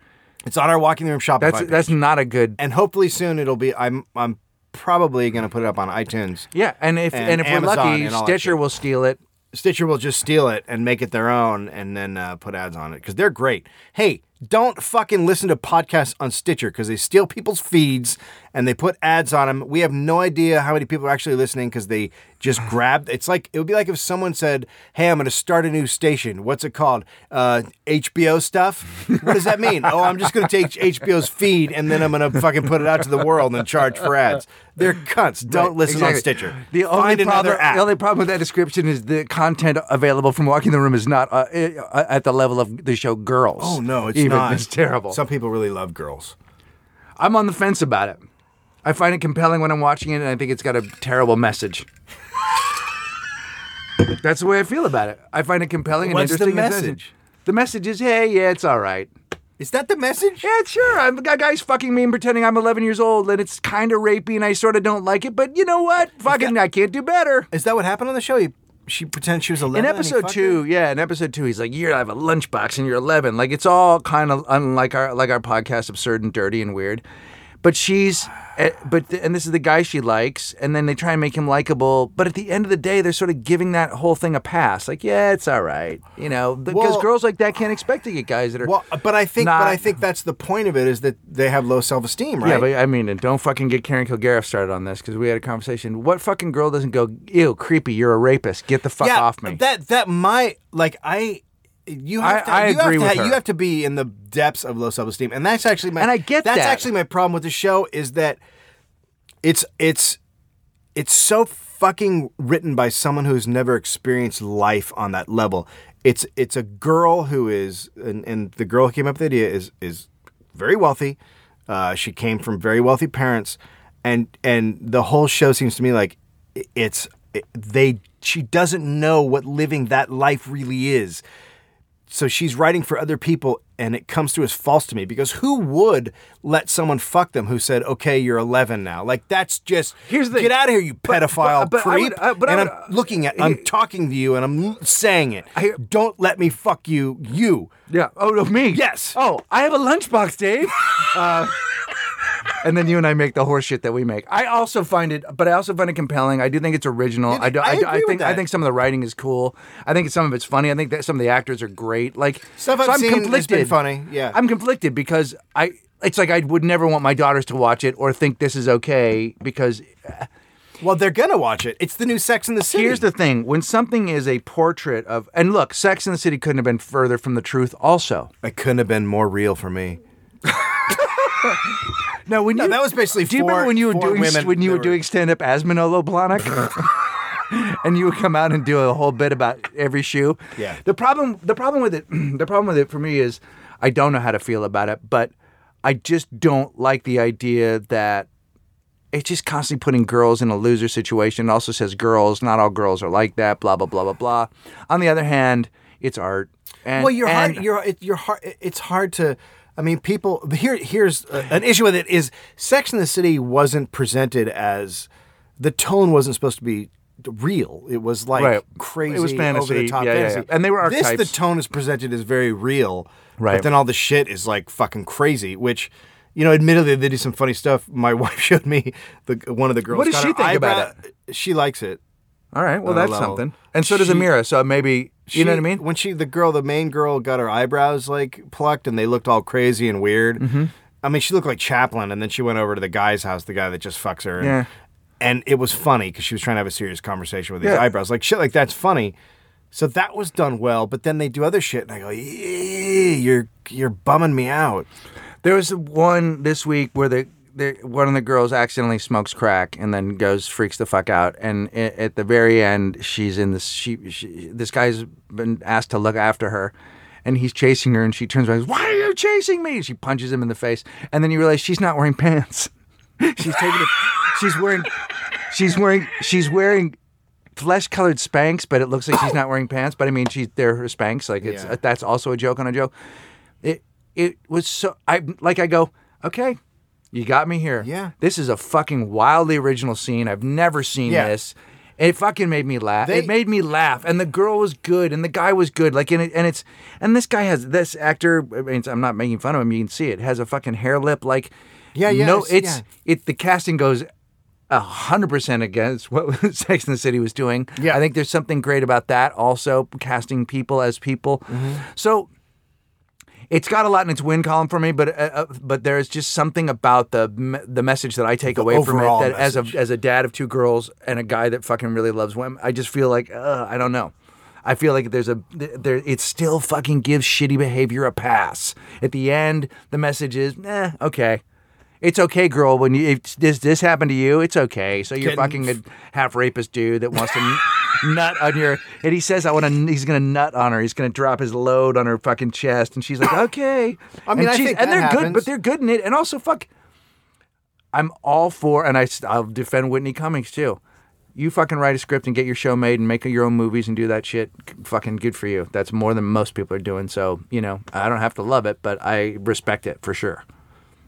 S1: It's on our walking room Shopify.
S2: That's
S1: page.
S2: that's not a good.
S1: and hopefully soon it'll be. I'm I'm probably gonna put it up on iTunes.
S2: Yeah, and if
S1: And
S2: and, if
S1: Amazon
S2: we're
S1: and all
S2: lucky,
S1: that
S2: Stitcher
S1: shit.
S2: will steal it.
S1: Stitcher will just steal it and make it their own and then uh, put ads on it because they're great. Hey, don't fucking listen to podcasts on Stitcher because they steal people's feeds and they put ads on them. We have no idea how many people are actually listening because they
S2: <sighs>
S1: just grabbed. It's like, it would be like if someone said, Hey, I'm going to start a new station. What's it called? Uh, HBO stuff? What does that mean? oh, I'm just going to take HBO's feed and then I'm going to fucking put it out to the world and charge for ads. They're cunts. Don't listen on
S2: Exactly.
S1: Stitcher.
S2: The only
S1: Find
S2: problem,
S1: another app.
S2: the only problem with that description is the content available from Walking the Room is not uh, uh, at the level of the show Girls.
S1: Oh no, it's
S2: Even.
S1: not.
S2: It's terrible.
S1: Some people really love girls.
S2: I'm on the fence about it. I find it compelling when I'm watching it, and I think it's got a terrible message. That's the way I feel about it. I find it compelling
S1: What's the
S2: and interesting. and
S1: message?
S2: pleasant. The message is, hey, yeah, it's all right.
S1: Is that the message?
S2: Yeah, sure. I'm, a guy's fucking me and pretending I'm 11 years old, and it's kind of rapey, and I sort of don't like it. But you know what? Fucking, I can't do better.
S1: Is that what happened on the show? He, she pretends she was eleven.
S2: In
S1: and he
S2: episode
S1: fucked
S2: two,
S1: her?
S2: yeah, in episode two, he's like, "You're I have a lunchbox and you're 11." Like it's all kind of unlike our like our podcast, absurd and dirty and weird. But she's, eh, but th- and this is the guy she likes, and then they try and make him likable. But at the end of the day, they're sort of giving that whole thing a pass. Like, yeah, it's all right, you know, because
S1: Well-
S2: girls like that can't expect to get guys that are.
S1: Well, but I think,
S2: Not-
S1: but I think that's the point of it is that they have low self esteem, right?
S2: Yeah, but I mean, and don't fucking get Karen Kilgariff started on this because we had a conversation. What fucking girl doesn't go, ew, creepy, you're a rapist, get the fuck
S1: Yeah,
S2: off me?
S1: That that my like I. You have,
S2: I-
S1: to,
S2: I
S1: you,
S2: agree
S1: have to,
S2: with
S1: ha-
S2: her.
S1: you have to be in the depths of low self esteem, and that's actually my
S2: And I get
S1: that's
S2: that.
S1: actually my problem with the show is that it's it's it's so fucking written by someone who's never experienced life on that level. It's it's a girl who is and, and the girl who came up with the idea is is very wealthy. Uh, she came from very wealthy parents, and and the whole show seems to me like i- it's it, they she doesn't know what living that life really is so she's writing for other people and it comes through as false to me because who would let someone fuck them who said okay you're 11 now like that's just
S2: Here's the-
S1: get out of here you pedophile
S2: but- but I
S1: creep
S2: would- uh, but I
S1: and
S2: would,
S1: i'm
S2: uh,
S1: looking at i'm talking to you and i'm l- saying it
S2: I-
S1: don't let me fuck you you
S2: Yeah. Oh, of me.
S1: Yes.
S2: Oh, I have a
S1: <laughs>
S2: lunchbox, Dave. Uh, and then you and I make the horse shit that we make. I also find it, but I also find it compelling. I do think it's original. I do.
S1: I
S2: do-
S1: agree with
S2: think. I
S1: that.
S2: think some of the writing is cool. I think some of it's funny. I think that some of the actors are great. Like
S1: Stuff I've
S2: so I'm
S1: seen has been
S2: conflicted.
S1: funny, yeah.
S2: I'm conflicted because I. It's like I would never want my daughters to watch it or think this is okay because
S1: well they're gonna watch it it's the new sex in the city
S2: Here's the thing: when something is a portrait of, and look, Sex and the City couldn't have been further from the truth. Also,
S1: it couldn't have been more real for me
S2: No, when you,
S1: that was basically
S2: Do you remember
S1: four-
S2: when you were
S1: four
S2: doing
S1: women
S2: when you
S1: that
S2: were
S1: were-
S2: doing stand up as
S1: <laughs>
S2: Manolo Blahnik, and you would come out and do a whole bit about every shoe?
S1: Yeah.
S2: The problem the problem with it <clears throat> the problem with it for me is I don't know how to feel about it, but I just don't like the idea that it's just constantly putting girls in a loser situation. It also says girls, not all girls are like that. Blah blah blah blah blah. On the other hand, it's art. And,
S1: well you're
S2: and
S1: hard you're, it, you're hard it's hard to I mean, people here. Here's uh, an issue with it: is Sex in the City wasn't presented as the tone wasn't supposed to be real. It was like
S2: Right.
S1: crazy,
S2: It was fantasy.
S1: over the top
S2: Yeah, yeah, yeah.
S1: fantasy.
S2: And they were
S1: This
S2: archetypes.
S1: the tone is presented as very real,
S2: Right.
S1: But then all the shit is like fucking crazy, which. You know, admittedly, they do some funny stuff. My <laughs> wife showed me the one of the girls.
S2: What does
S1: got
S2: she
S1: her
S2: think about
S1: eyebrow- She likes it.
S2: All right, well
S1: On a
S2: that's
S1: level.
S2: something. And so does
S1: She-
S2: Amira. So maybe you
S1: She-
S2: know what I mean.
S1: When she, the girl, the main girl, got her eyebrows like plucked and they looked all crazy and weird.
S2: Mm-hmm.
S1: I mean, she looked like Chaplin, and then she went over to the guy's house, the guy that just fucks her. And,
S2: Yeah.
S1: and it was funny because she was trying to have a serious conversation with his
S2: Yeah.
S1: eyebrows, like shit, like that's funny. So that was done well, but then they do other shit, and I go, "Eeeh, "You're you're bumming me out."
S2: There was one this week where the, the one of the girls accidentally smokes crack and then goes freaks the fuck out. And i at the very end, she's in this. She, she this guy's been asked to look after her, and he's chasing her. And she turns around, and goes, "Why are you chasing me?" She punches him in the face, and then you realize she's not wearing pants. <laughs> she's taking. A, she's wearing. She's wearing. She's wearing. Flesh colored Spanx, but it looks like she's not wearing pants. But I mean, she's they're her Spanx. Like it's
S1: Yeah.
S2: that's also a joke on a joke it it was so I like I go, okay, you got me here.
S1: Yeah.
S2: This is a fucking wildly original scene. I've never seen
S1: Yeah.
S2: this. And It fucking made me laugh.
S1: They-
S2: it made me laugh, and the girl was good, and the guy was good. Like, and, it, and it's and this guy has this actor. I mean, it's- I'm not making fun of him. You can see it has a fucking hair lip. Like,
S1: Yeah, yeah,
S2: No,
S1: it's-
S2: it's,
S1: yeah.
S2: it. The casting goes a hundred percent against what <laughs> Sex and the City was doing.
S1: Yeah.
S2: I think there's something great about that. Also, casting people as people.
S1: Mm-hmm.
S2: So it's got a lot in its win column for me, but uh, uh, but there is just something about the me- the message that I take away from it
S1: overall
S2: that as
S1: message.
S2: a as a dad of two girls and a guy that fucking really loves women, I just feel like uh, I don't know. I feel like there's a there. It still fucking gives shitty behavior a pass. At the end, the message is, eh, okay, it's okay, girl. When you if this this happened to you, it's okay. So you're
S1: Getting-
S2: fucking a half rapist dude that wants to
S1: <laughs>
S2: nut on your and he says I want to he's gonna nut on her he's gonna drop his load on her fucking chest and she's
S1: <gasps>
S2: like okay
S1: I mean,
S2: and
S1: I
S2: she's-
S1: think
S2: and
S1: that
S2: they're good
S1: happens.
S2: but they're good in it and also fuck I'm all for and I s- I'll defend Whitney Cummings too you fucking write a script and get your show made and make your own movies and do that shit c- fucking good for you that's more than most people are doing so you know I don't have to love it but I respect it for sure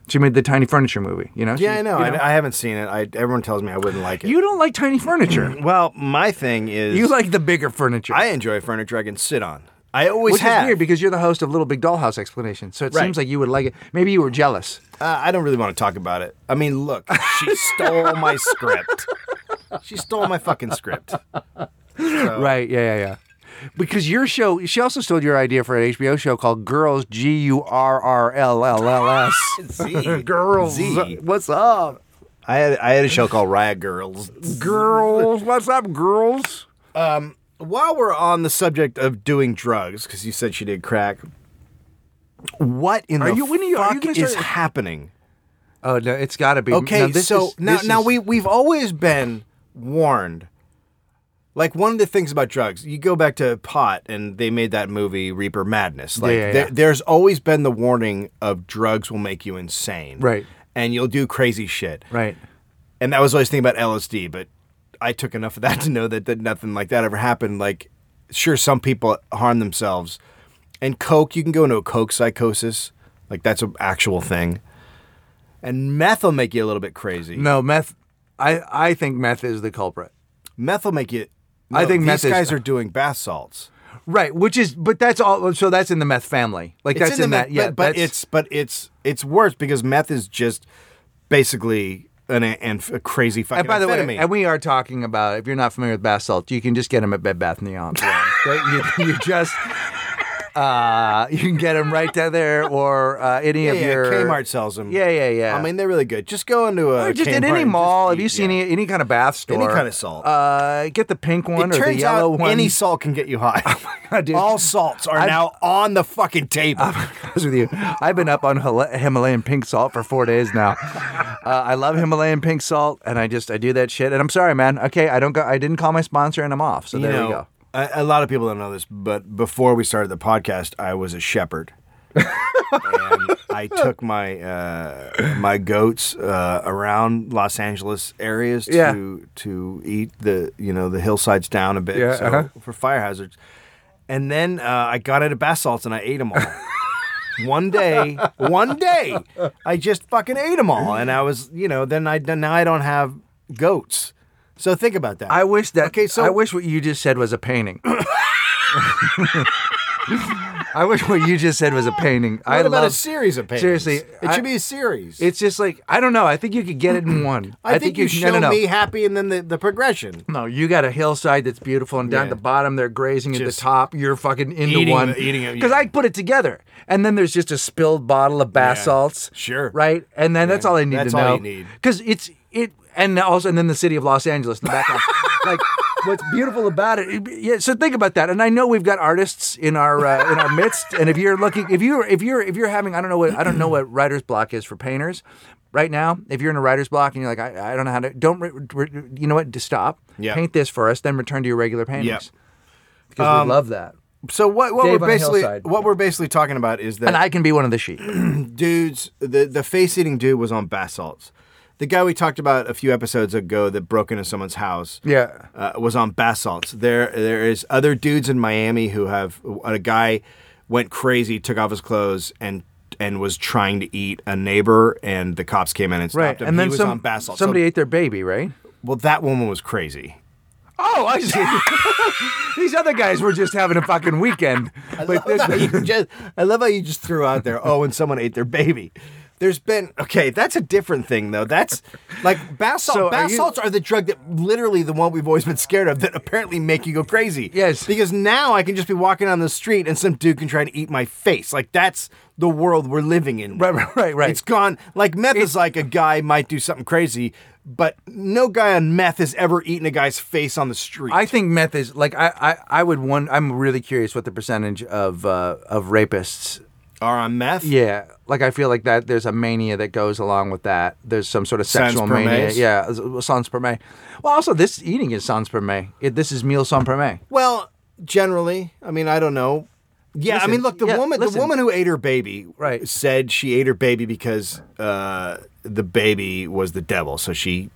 S2: she made the tiny furniture movie you know
S1: Yeah,
S2: She-
S1: I know.
S2: you
S1: I, I haven't seen it. I, everyone tells me I wouldn't like it.
S2: you don't like tiny furniture
S1: <clears throat> well, my thing is,
S2: you like the bigger furniture
S1: I enjoy furniture I can sit on. I always
S2: Which
S1: have.
S2: is weird because you're the host of Little Big Dollhouse Explanation, so it
S1: Right.
S2: seems like you would like it. Maybe you were jealous.
S1: Uh, I don't really want to talk about it. I mean, look,
S2: <laughs>
S1: she stole my script. She stole my fucking script.
S2: Right? Yeah, yeah, yeah. Because your show, she also stole your idea for an HBO show called Girls G U R R L L L S.
S1: Z.
S2: <laughs> <laughs> Girls,
S1: Z.
S2: what's up?
S1: I had I had a show called Riot Girls.
S2: Girls, <laughs> what's up, girls?
S1: While we're on the subject of doing drugs, because you said she did crack, what in
S2: Are
S1: the
S2: you- when are you- are you
S1: fuck
S2: gonna
S1: is
S2: start-
S1: happening?
S2: Oh no, it's got to be.
S1: Okay,
S2: now, this
S1: so
S2: is-
S1: now
S2: this
S1: now
S2: is-
S1: we we've always been warned. Like one of the things about drugs, you go back to pot, and they made that movie Reaper Madness. Like
S2: Yeah, yeah,
S1: there-
S2: yeah.
S1: there's always been the warning of drugs will make you insane,
S2: Right.
S1: And you'll do crazy shit,
S2: right.
S1: And that was always the thing about LSD, but I took enough of that <laughs> to know that, that nothing like that ever happened. Like, sure, some people harm themselves, and coke, you can go into a coke psychosis, like that's an actual thing. And meth will make you a little bit crazy.
S2: No meth. I I think meth is the culprit.
S1: Meth will make you.
S2: I think
S1: these
S2: meth is- uh,
S1: guys are doing bath salts.
S2: Right, which is, but that's all. So that's in the meth family. Like that's in,
S1: the
S2: that.
S1: meth,
S2: yeah,
S1: but, but
S2: that's-
S1: it's but it's it's worse because meth is just basically an and a crazy fucking.
S2: And by the
S1: amphetamine.
S2: way, and we are talking about if you're not familiar with bath salt, you can just get them at Bed Bath
S1: <laughs>
S2: and Beyond. you, you just uh, you can get them right down there or uh, any
S1: yeah,
S2: of
S1: yeah,
S2: your
S1: Kmart sells them.
S2: Yeah, yeah, yeah.
S1: I mean, they're really good. Just go into a
S2: or just
S1: Kmart
S2: in any
S1: and just
S2: mall.
S1: eat,
S2: Have you seen
S1: yeah.
S2: any, any kind of bath store?
S1: kind of salt.
S2: Uh, get the pink one
S1: It
S2: or the
S1: turns
S2: yellow
S1: out
S2: one. <laughs>
S1: any salt can get you high.
S2: God, dude.
S1: All salts are
S2: I've-
S1: now on the fucking table.
S2: honest with you, I've been up on Hila- Himalayan pink salt for four days now. Uh, I love Himalayan pink salt, and I just I do that shit. And I'm sorry, man. Okay, I don't go. I didn't call my sponsor, and I'm off. So
S1: you
S2: there
S1: know,
S2: we go.
S1: A, a lot of people don't know this, but before we started the podcast, I was a shepherd. and
S2: <laughs>
S1: I took my uh, my goats uh, around Los Angeles areas to
S2: Yeah.
S1: to eat the you know the hillsides down a bit
S2: Yeah,
S1: so,
S2: uh-huh. <laughs>
S1: for fire hazards, and then uh, I got out of bath salts and I ate them all. One day, one day, I just fucking ate them all, and I was, you know, then I now I don't have goats. So think about that.
S2: I wish that.
S1: Okay, so-
S2: I wish what you just said was
S1: <coughs>
S2: a painting. <laughs> I wish what you just said was a painting. I
S1: what about
S2: love
S1: a series of paintings?
S2: Seriously,
S1: it
S2: I-
S1: should be a series.
S2: It's just like I don't know. I think you could get
S1: <coughs>
S2: it in one.
S1: I, think, you
S2: can-
S1: show me happy and then the, the progression.
S2: No, you got a hillside that's beautiful, and down
S1: Yeah.
S2: at the bottom they're grazing. At
S1: Just
S2: the top, you're fucking into
S1: eating
S2: one.
S1: the- eating it,
S2: Because
S1: yeah.
S2: I put it together, and then there's just a spilled bottle of basalts.
S1: Sure.
S2: Right, and then that's all I need
S1: That's
S2: to know.
S1: all you need.
S2: Because it's it, and also, and then the city of Los Angeles in
S1: <laughs>
S2: the background. like, what's beautiful about it? it- Yeah. So think about that. And I know we've got artists in our uh, in our midst. And if you're looking, if you're if you're if you're having, I don't know what I don't know what writer's block is for painters. Right now, if you're in a writer's block and you're like, I, I don't know how to, don't, re- re- you know what, just stop,
S1: Yeah.
S2: paint this for us, then return to your regular paintings. Because
S1: Um,
S2: we love that.
S1: So what, what
S2: Dave
S1: we're
S2: on a
S1: basically
S2: hillside.
S1: what we're basically talking about is that
S2: And I can be one of the sheep.
S1: dudes, the, the face eating dude was on basalts. The guy we talked about a few episodes ago that broke into someone's house,
S2: Yeah.
S1: uh, was on basalts. There, there is other dudes in Miami who have a guy went crazy, took off his clothes, and and was trying to eat a neighbor, and the cops came in and stopped him.
S2: And then
S1: he was
S2: some,
S1: on basalts. So-
S2: somebody ate their baby, right?
S1: well, that woman was crazy.
S2: Oh, I see. <laughs> These other guys were just having a fucking weekend. But this,
S1: I, love how you just- I love how you just threw out there, oh, and someone ate their baby. There's been okay. That's a different thing, though. That's like basalt.
S2: So are you-
S1: basalts are the drug that literally the one we've always been scared of that apparently make you go crazy.
S2: Yes.
S1: because now I can just be walking down the street and some dude can try to eat my face. Like that's the world we're living in.
S2: Right, right, right, right.
S1: It's gone. Like meth is like a guy might do something crazy, but no guy on meth has ever eaten a guy's face on the street.
S2: I think meth is like I, I, I would one. I'm really curious what the percentage of uh, of rapists.
S1: are on meth.
S2: Yeah, like I feel like that. There's a mania that goes along with that. There's some sort of
S1: Sans
S2: sexual mania.
S1: permis.
S2: Yeah, s- sans per me. Well, also this eating is sans per me. It, this is meal sans per me.
S1: Well, generally, I mean, I don't know. Yeah,
S2: Listen,
S1: I mean, look, the
S2: yeah,
S1: woman,
S2: listen.
S1: the woman who ate her baby,
S2: Right.
S1: said she ate her baby because uh, the baby was the devil, so she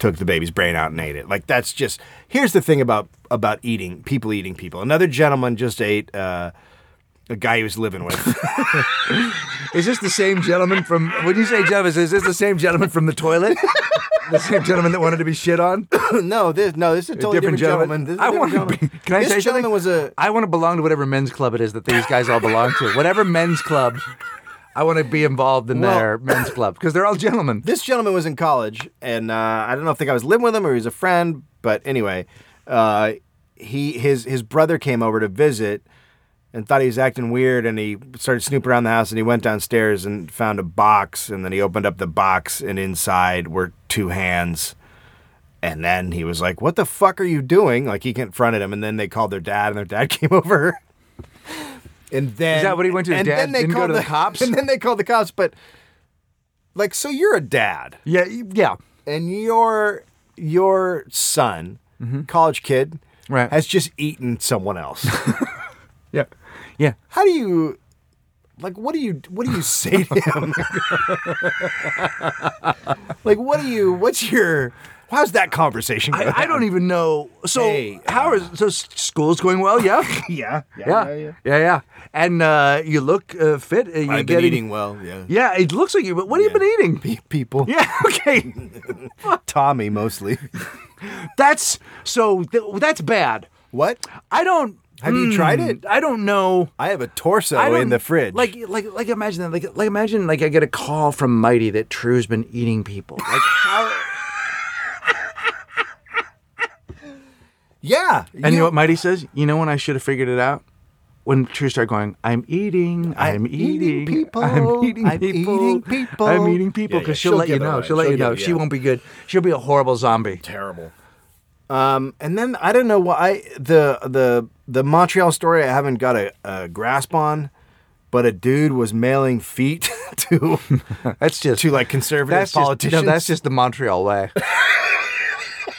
S1: took the baby's brain out and ate it. Like that's just. Here's the thing about about eating people eating people. Another gentleman just ate. Uh, a guy he was living
S2: <laughs>
S1: with.
S2: Is this the same gentleman from? When you say gentleman, is this the same gentleman from the toilet? <laughs> the same gentleman that wanted to be shit on?
S1: no, this no, this is a totally different, gentleman. This is a
S2: I
S1: different
S2: want to be.
S1: gentleman.
S2: <laughs> Can I
S1: this
S2: say
S1: gentleman
S2: something?
S1: was a
S2: I want to belong to whatever men's club it is that these guys all belong to. Whatever men's club, I want to be involved in
S1: Well-
S2: their men's club because they're all gentlemen.
S1: <laughs> this gentleman was in college, and uh, I don't know if the guy was living with him or he was a friend, but anyway, uh, he his his brother came over to visit and thought he was acting weird, and he started snooping around the house, and he went downstairs and found a box, and then he opened up the box, and inside were two hands. And then he was like, "What the fuck are you doing?" Like he confronted him, and then they called their dad, and their dad <laughs> came over. And then
S2: Is that what he went to? His
S1: and
S2: dad
S1: then they
S2: didn't go
S1: called
S2: to the
S1: <laughs>
S2: cops?
S1: and then they called the cops. But like, so you're a dad
S2: Yeah, yeah.
S1: and your your son, college kid,
S2: Mm-hmm. Right.
S1: has just eaten someone else. <laughs>
S2: Yeah. Yeah.
S1: How do you like what do you what do you say to him? <laughs> like what do you what's your how's that conversation go?
S2: I, I don't even know. So
S1: Hey,
S2: how is so s- school's going well? Yeah.
S1: yeah, yeah,
S2: <laughs> Yeah. Yeah. Yeah. And uh, you look uh, fit. Uh, you
S1: I've been
S2: getting-
S1: eating well, yeah.
S2: Yeah, it looks like you. But what have you been eating? <laughs>
S1: People,
S2: Yeah. Okay.
S1: Tommy mostly.
S2: that's so. Th- that's bad.
S1: What?
S2: I don't.
S1: Have you tried
S2: Hmm,
S1: it?
S2: I don't know.
S1: I have a torso
S2: I
S1: in
S2: don't-
S1: the fridge.
S2: Like, like, like, imagine that. Like, like, imagine like I get a call from Mighty that True's been eating people. Like, how?
S1: yeah,
S2: and you know what Mighty says? You know when I should have figured it out? When True started going, I'm eating, I'm,
S1: I'm eating
S2: eating,
S1: people,
S2: I'm eating
S1: I'm
S2: people,
S1: eating people."
S2: I'm eating people
S1: Yeah, yeah,
S2: because she'll,
S1: she'll
S2: let you
S1: give it
S2: know.
S1: away.
S2: She'll let
S1: She'll
S2: you know.
S1: give-
S2: She
S1: yeah.
S2: won't be good. She'll be a horrible zombie.
S1: terrible. Um, and then I don't know why I, the the the Montreal story I haven't got a, a grasp on, but a dude was mailing feet <laughs> to
S2: That's just
S1: to like conservative
S2: that's
S1: politicians.
S2: Just, no, that's just the Montreal <laughs> way.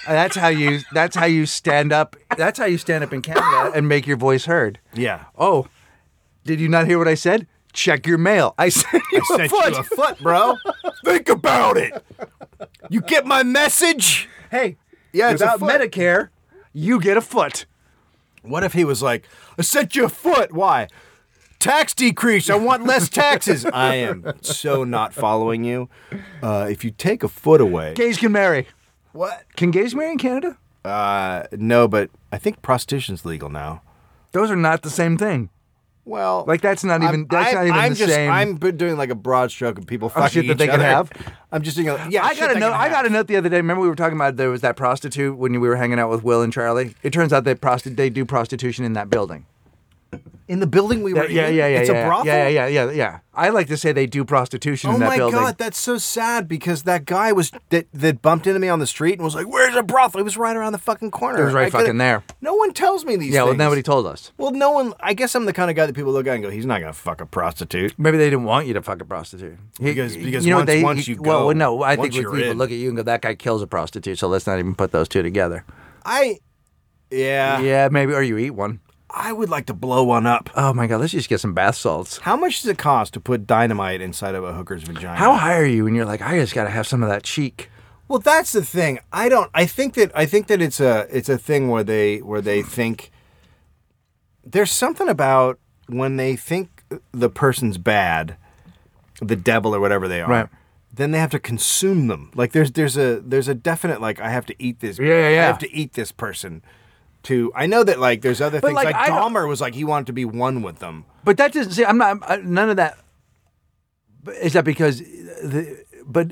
S2: that's how you. That's how you stand up. That's how you stand up in Canada and make your voice heard.
S1: yeah.
S2: Oh, did you not hear what I said? Check your mail. I <laughs> sent you
S1: I
S2: a
S1: sent
S2: foot.
S1: you a foot, bro. Think about it. You get my message.
S2: hey,
S1: Yeah, it's a
S2: without
S1: foot.
S2: Medicare, you get a foot.
S1: What if he was like, I sent you a foot? Why? tax decrease. I want less taxes. I am so not following you. Uh, if you take a foot away,
S2: Gays can marry.
S1: what?
S2: Can gays marry in Canada?
S1: Uh, no, but I think prostitution's legal now.
S2: Those are not the same thing.
S1: Well,
S2: Like, that's not even-
S1: I'm,
S2: that's
S1: I'm,
S2: not even
S1: I'm
S2: the
S1: just,
S2: same-
S1: I'm b- doing like a broad stroke of people fucking
S2: shit that
S1: each
S2: they can
S1: other.
S2: have?
S1: I'm just doing. A, yeah,
S2: I
S1: shit
S2: got
S1: they
S2: a note.
S1: can
S2: I
S1: have.
S2: got a note the other day. Remember we were talking about there was that prostitute when we were hanging out with Will and Charlie. It turns out that prosti- they do prostitution in that building.
S1: in the building we were.
S2: yeah,
S1: in?
S2: yeah, yeah.
S1: It's
S2: yeah,
S1: a brothel.
S2: Yeah, yeah, yeah, yeah, yeah. I like to say they do prostitution
S1: Oh
S2: in that
S1: my
S2: building.
S1: god, that's so sad because that guy was that that bumped into me on the street and was like, "Where's a brothel?" It was right around the fucking corner.
S2: It was right
S1: I could've-
S2: fucking there.
S1: No one tells me these.
S2: yeah, well,
S1: things.
S2: nobody told us.
S1: Well, no one. I guess I'm the kind of guy that people look at and go, "He's not gonna fuck a prostitute."
S2: Maybe they didn't want you to fuck a prostitute. He-
S1: Because- because
S2: you know,
S1: once-
S2: they,
S1: once you
S2: well,
S1: go,
S2: well, no, I
S1: once
S2: think with
S1: you're
S2: people
S1: in.
S2: look at you and go, that guy kills a prostitute, so let's not even put those two together.
S1: I, yeah,
S2: yeah, maybe, or you eat one.
S1: I would like to blow one up.
S2: Oh my god, let's just get some bath salts.
S1: How much does it cost to put dynamite inside of a hooker's vagina?
S2: How high are you? And you're like, I just gotta have some of that cheek.
S1: Well, that's the thing. I don't. I think that I think that it's a it's a thing where they where they think there's something about when they think the person's bad, the devil or whatever they are.
S2: Right.
S1: Then they have to consume them. Like there's there's a there's a definite like I have to eat this.
S2: Yeah, yeah,
S1: I
S2: yeah.
S1: have to eat this person. To I know that like there's other things
S2: like,
S1: like,
S2: I don't-
S1: Dahmer was like he wanted to be one with them.
S2: But that doesn't see. I'm not. I, none of that. but Is that because the? But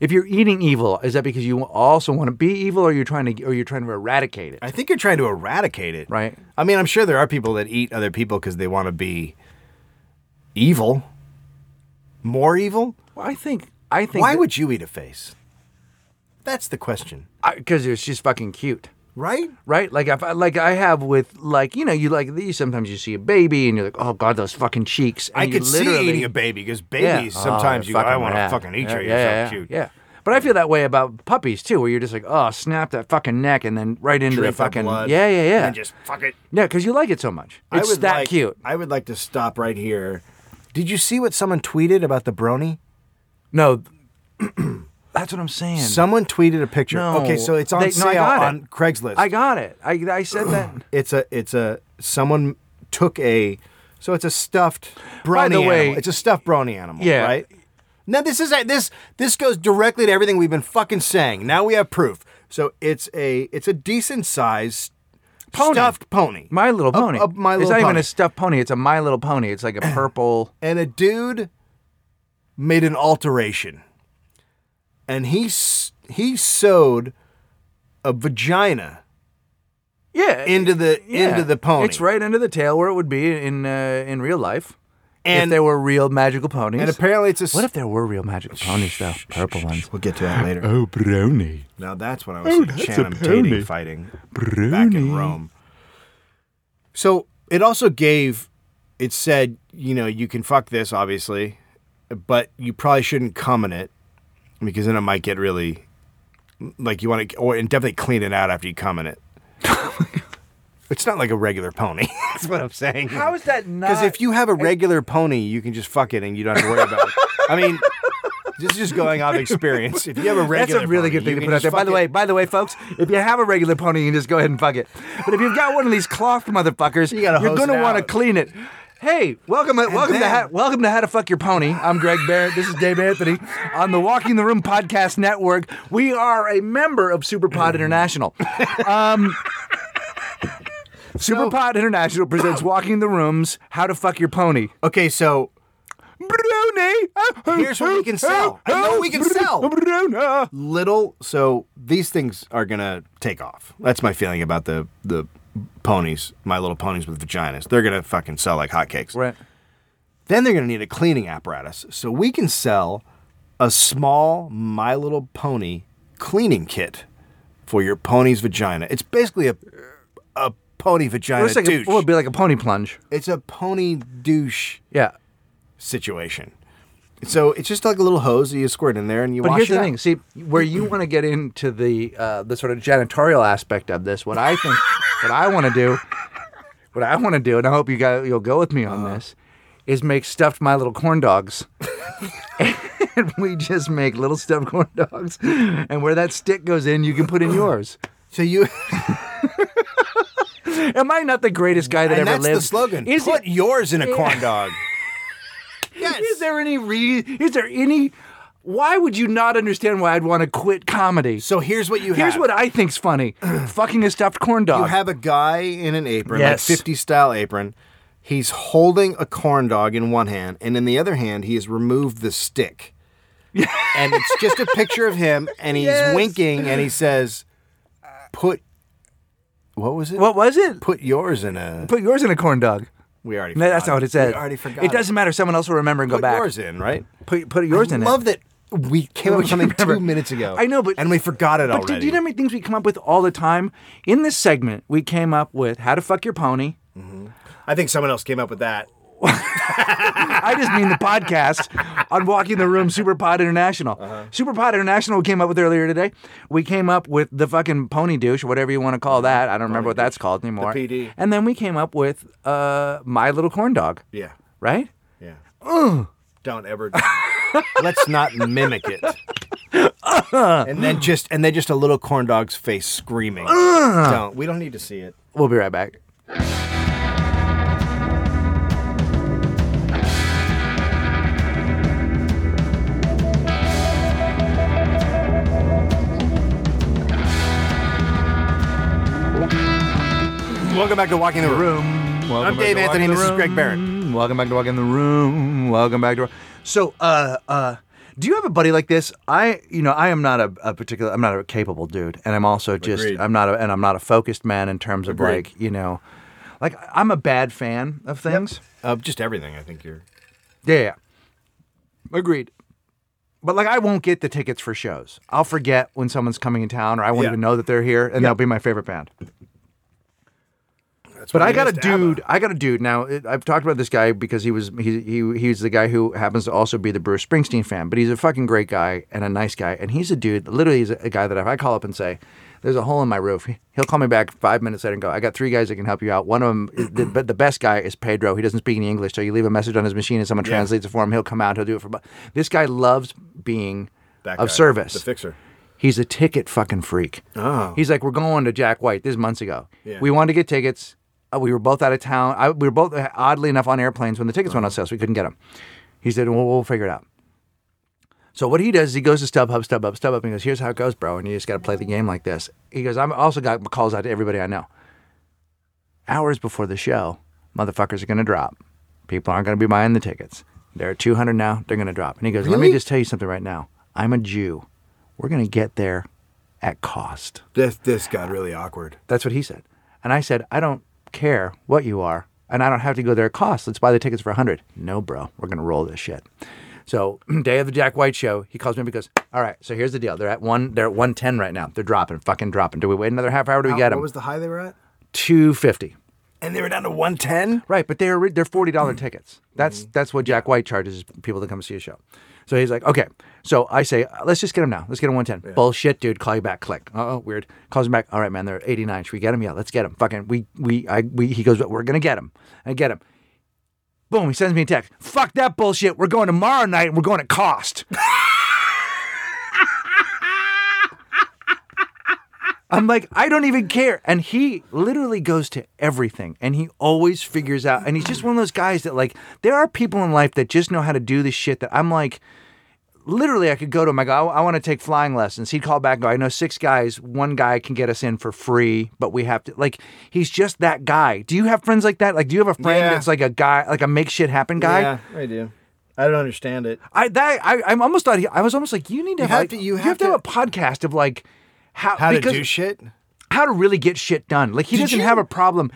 S2: if you're eating evil, is that because you also want to be evil, or you're trying to, or you're trying to eradicate it?
S1: I think you're trying to eradicate it.
S2: Right.
S1: I mean, I'm sure there are people that eat other people because they want to be evil, more evil.
S2: Well, I think. I think.
S1: Why would you eat a face? That's the question,
S2: Because it's just fucking cute.
S1: right?
S2: Right, like if I like I have with like you know you like these sometimes you see a baby and you're like oh god those fucking cheeks. And
S1: I
S2: you
S1: could see
S2: literally-
S1: eating a baby because
S2: Yeah.
S1: babies
S2: Oh,
S1: sometimes
S2: they're
S1: you go, I
S2: fucking
S1: want to
S2: rad.
S1: fucking eat
S2: yeah,
S1: you. You're
S2: yeah, yeah,
S1: so cute.
S2: Yeah. But I feel that way about puppies too, where you're just like, oh, snap that fucking neck and then right into
S1: Drip
S2: the
S1: up
S2: fucking
S1: blood
S2: yeah, yeah, yeah.
S1: And just fuck it.
S2: Yeah, because you like it so much.
S1: I
S2: It's
S1: would
S2: that
S1: like-
S2: cute.
S1: I would like to stop right here. Did you see what someone tweeted about the brony?
S2: No, <clears throat> that's what I'm saying.
S1: Someone tweeted a picture.
S2: No.
S1: Okay, so it's on
S2: They- no, I
S1: sale
S2: got it.
S1: on Craigslist.
S2: I got it. I, I said that.
S1: It's a it's a someone took a so it's a stuffed brony
S2: By the way-
S1: animal. It's a stuffed brony animal,
S2: Yeah.
S1: right? Now this is a, this this goes directly to everything we've been fucking saying. Now we have proof. So it's a it's a decent size
S2: Pony.
S1: stuffed pony.
S2: My Little
S1: A-
S2: Pony.
S1: a My
S2: it's
S1: Little
S2: not even
S1: Pony.
S2: a stuffed pony. It's a My Little Pony.
S1: <clears throat>
S2: It's like a purple.
S1: and a dude made an alteration. And he s- he sewed a vagina
S2: yeah.
S1: into the
S2: yeah.
S1: into the pony.
S2: It's right under the tail where it would be in uh, in real life. if
S1: And-
S2: there were real magical ponies.
S1: And apparently it's a s-
S2: what if there were real magical ponies though? Purple ones.
S1: We'll get to that later.
S3: Oh, brownie.
S1: Now that's when I was
S3: Oh,
S1: seeing
S3: that's a
S1: Channing
S3: pony.
S1: Tatum fighting
S3: Brownie.
S1: back in Rome. So it also gave, it said, you know, you can fuck this, obviously, but you probably shouldn't cum in it because then it might get really, like you want to, or and definitely clean it out after you cum
S2: <laughs>
S1: in it. it's not like a regular pony. <laughs> that's what I'm saying.
S2: How is that not?
S1: Because if you have a regular pony, you can just fuck it and you don't have to worry about it. I mean, this is just going
S2: <laughs>
S1: off experience. If you have a regular,
S2: That's a really good
S1: pony,
S2: thing to
S1: you
S2: put
S1: can just
S2: out there. By
S1: fuck
S2: the
S1: it.
S2: way, by the way, folks, if you have a regular pony, you can just go ahead and fuck it. But if you've got one of these
S1: <laughs>
S2: cloth motherfuckers, you
S1: gotta
S2: are
S1: hose
S2: going to
S1: it
S2: want to
S1: out.
S2: clean it. Hey, welcome, uh, welcome to
S1: then-
S2: how, welcome to How to Fuck Your Pony. I'm Greg Barrett. This is Dave Anthony on the Walking the Room Podcast Network. We are a member of Superpod International.
S1: <laughs>
S2: Um, Superpod
S1: <coughs>
S2: International presents Walking the Rooms: How to Fuck Your Pony.
S1: okay, so
S2: Brony.
S1: Here's what we can sell. I know what we can sell.
S2: Bruna.
S1: little so these things are gonna take off that's my feeling about the the ponies my little ponies with vaginas they're gonna fucking sell like hotcakes
S2: Right.
S1: then they're gonna need a cleaning apparatus so we can sell a small my little pony cleaning kit for your pony's vagina it's basically a a pony vagina
S2: It's like a,
S1: douche
S2: well, it'd be like a pony plunge.
S1: it's a pony douche
S2: Yeah.
S1: situation so it's just like a little hose that you squirt in there and you
S2: But
S1: wash
S2: here's
S1: it
S2: the
S1: out.
S2: thing. See, where you want to get into the uh, the sort of janitorial aspect of this, what I think, what I want to do, what I want to do, and I hope you guys you'll go with me on
S1: Uh-huh.
S2: this, is make stuffed My Little Corn
S1: <laughs>
S2: Dogs. and we just make little stuffed corn dogs,
S1: <laughs>
S2: and where that stick goes in, you can put in yours.
S1: So you
S2: Am I not the greatest guy that
S1: and
S2: ever
S1: that's
S2: lived?
S1: the slogan.
S2: Is
S1: Put
S2: it-
S1: yours in a corn
S2: <laughs>
S1: dog. yes.
S2: Is there any re? Is there any? Why would you not understand why I'd want to quit comedy?
S1: So here's what you
S2: Here's
S1: have.
S2: what I
S1: <clears throat>
S2: think's funny: fucking a stuffed corn
S1: you
S2: dog.
S1: have a guy in an apron,
S2: Yes.
S1: like 50 style apron. He's holding a corn dog in one hand, and in the other hand, he has removed the
S2: <laughs>
S1: stick. and it's just a picture of him, and he's
S2: Yes.
S1: winking, and he says, "Put what was it?
S2: what was it?
S1: Put yours in a."
S2: Put yours in a corn dog.
S1: We already.
S2: No, that's
S1: forgot
S2: not what it said.
S1: We already forgot.
S2: It doesn't matter. Someone else will remember and go
S1: put
S2: back.
S1: yours in, right?
S2: Put put yours in
S1: Love
S2: it.
S1: that we came <laughs> up with something
S2: remember.
S1: two minutes ago.
S2: I know, but-
S1: and we forgot it
S2: But
S1: already.
S2: do you know how many things we come up with all the time? In this segment, we came up with how to fuck your pony.
S1: I think someone else came up with that.
S2: I just
S1: <laughs>
S2: mean the podcast on Walking the Room Superpod International.
S1: Uh-huh.
S2: Superpod International we came up with earlier today. We came up with the fucking pony douche, or whatever you want to call that. I don't remember what that's called anymore.
S1: PD.
S2: And then we came up with uh, My Little Corn Dog,
S1: Yeah,
S2: right?
S1: yeah. Don't <laughs> ever. Let's not mimic it. and then just and then just a little corn dog's face screaming. don't. We don't need to see it.
S2: We'll be right back.
S1: Welcome back to Walking the Room.
S2: Room. Welcome
S1: I'm Dave
S2: back to
S1: Anthony,
S2: Walk in
S1: and this
S2: the
S1: is Greg Barrett.
S2: Room. Welcome back to Walk in the Room. Welcome back to. So, uh, uh, do you have a buddy like this? I, you know, I am not a, a particular. I'm not a capable dude, and I'm also just.
S1: Agreed.
S2: I'm not, a, and I'm not a focused man in terms of
S1: Agreed.
S2: like, you know, like I'm a bad fan of things.
S1: Uh, just everything. I think you're.
S2: Yeah, yeah. Agreed. But like, I won't get the tickets for shows. I'll forget when someone's coming in town, or I won't
S1: Yeah.
S2: even know that they're here, and that'll be my favorite band.
S1: That's
S2: But
S1: what
S2: I
S1: it
S2: got a
S1: is to have
S2: dude. I got a dude. Now it- I've talked about this guy because he was he he he's the guy who happens to also be the Bruce Springsteen fan. But he's a fucking great guy and a nice guy. And he's a dude. Literally, he's a, a guy that if I call up and say, "There's a hole in my roof," he- he'll call me back five minutes later and go, "I got three guys that can help you out. One of them, is the, but the best guy is Pedro. He doesn't speak any English, so you leave a message on his machine and someone translates it for him. He'll come out. He'll do it for." bu-" This guy loves being
S1: That
S2: of
S1: guy,
S2: service.
S1: the fixer.
S2: He's a ticket fucking freak.
S1: Oh.
S2: He's like, we're going to Jack White. This is months ago.
S1: Yeah.
S2: We wanted to get tickets. Uh, We were both out of town. I, we were both, uh, oddly enough, on airplanes when the tickets went on sale, so we couldn't get them. He said, well, we'll figure it out. So what he does is he goes to StubHub, StubHub, StubHub, and he goes, here's how it goes, bro. And you just got to play the game like this. He goes, I'm also got calls out to everybody I know. Hours before the show, motherfuckers are going to drop. People aren't going to be buying the tickets. There are 200 now. They're going to drop. And he goes, let me
S1: Really?
S2: just tell you something right now. I'm a Jew. We're going to get there at cost.
S1: This this got really awkward.
S2: That's what he said. And I said, I don't care what you are, and I don't have to go there at cost. Let's buy the tickets for 100. No, bro, we're going to roll this shit. So, <clears throat> day of the Jack White show, he calls me because, all right, so here's the deal. They're at one, they're at 110 right now. They're dropping, fucking dropping. Do we wait another half hour? Do we get
S1: What
S2: them?
S1: was the high they were at?
S2: 250.
S1: And they were down to 110.
S2: Right, but they're they're forty dollar tickets. That's that's what Jack White charges people to come see a show. So he's like, okay. So I say, "Uh, let's just get him now. Let's get him one ten. Bullshit, dude. Call you back. Click. Uh oh, weird. Calls him back. All right, man. They're eighty nine. Should we get him? Yeah, let's get him. Fucking we we I we he goes. We're gonna get him. I get him. Boom. He sends me a text. Fuck that bullshit. We're going tomorrow night. and We're going at cost. I'm like, I don't even care. And he literally goes to everything and he always figures out. And he's just one of those guys that, like, there are people in life that just know how to do this shit that I'm like, literally, I could go to him. I go, I, want to take flying lessons. He'd call back and go, I know six guys. One guy can get us in for free, but we have to, like, he's just that guy. Do you have friends like that? Like, do you have a friend
S1: Yeah.
S2: that's like a guy, like a make shit happen guy?
S1: Yeah, I do. I don't understand it.
S2: I that I I'm almost thought he, I was almost like you need to have,
S1: have
S2: like-
S1: to- you have
S2: have
S1: to-
S2: a podcast of like how
S1: How
S2: because
S1: to do shit?
S2: how to really get shit done. Like he
S1: Did
S2: doesn't
S1: you-
S2: have a problem.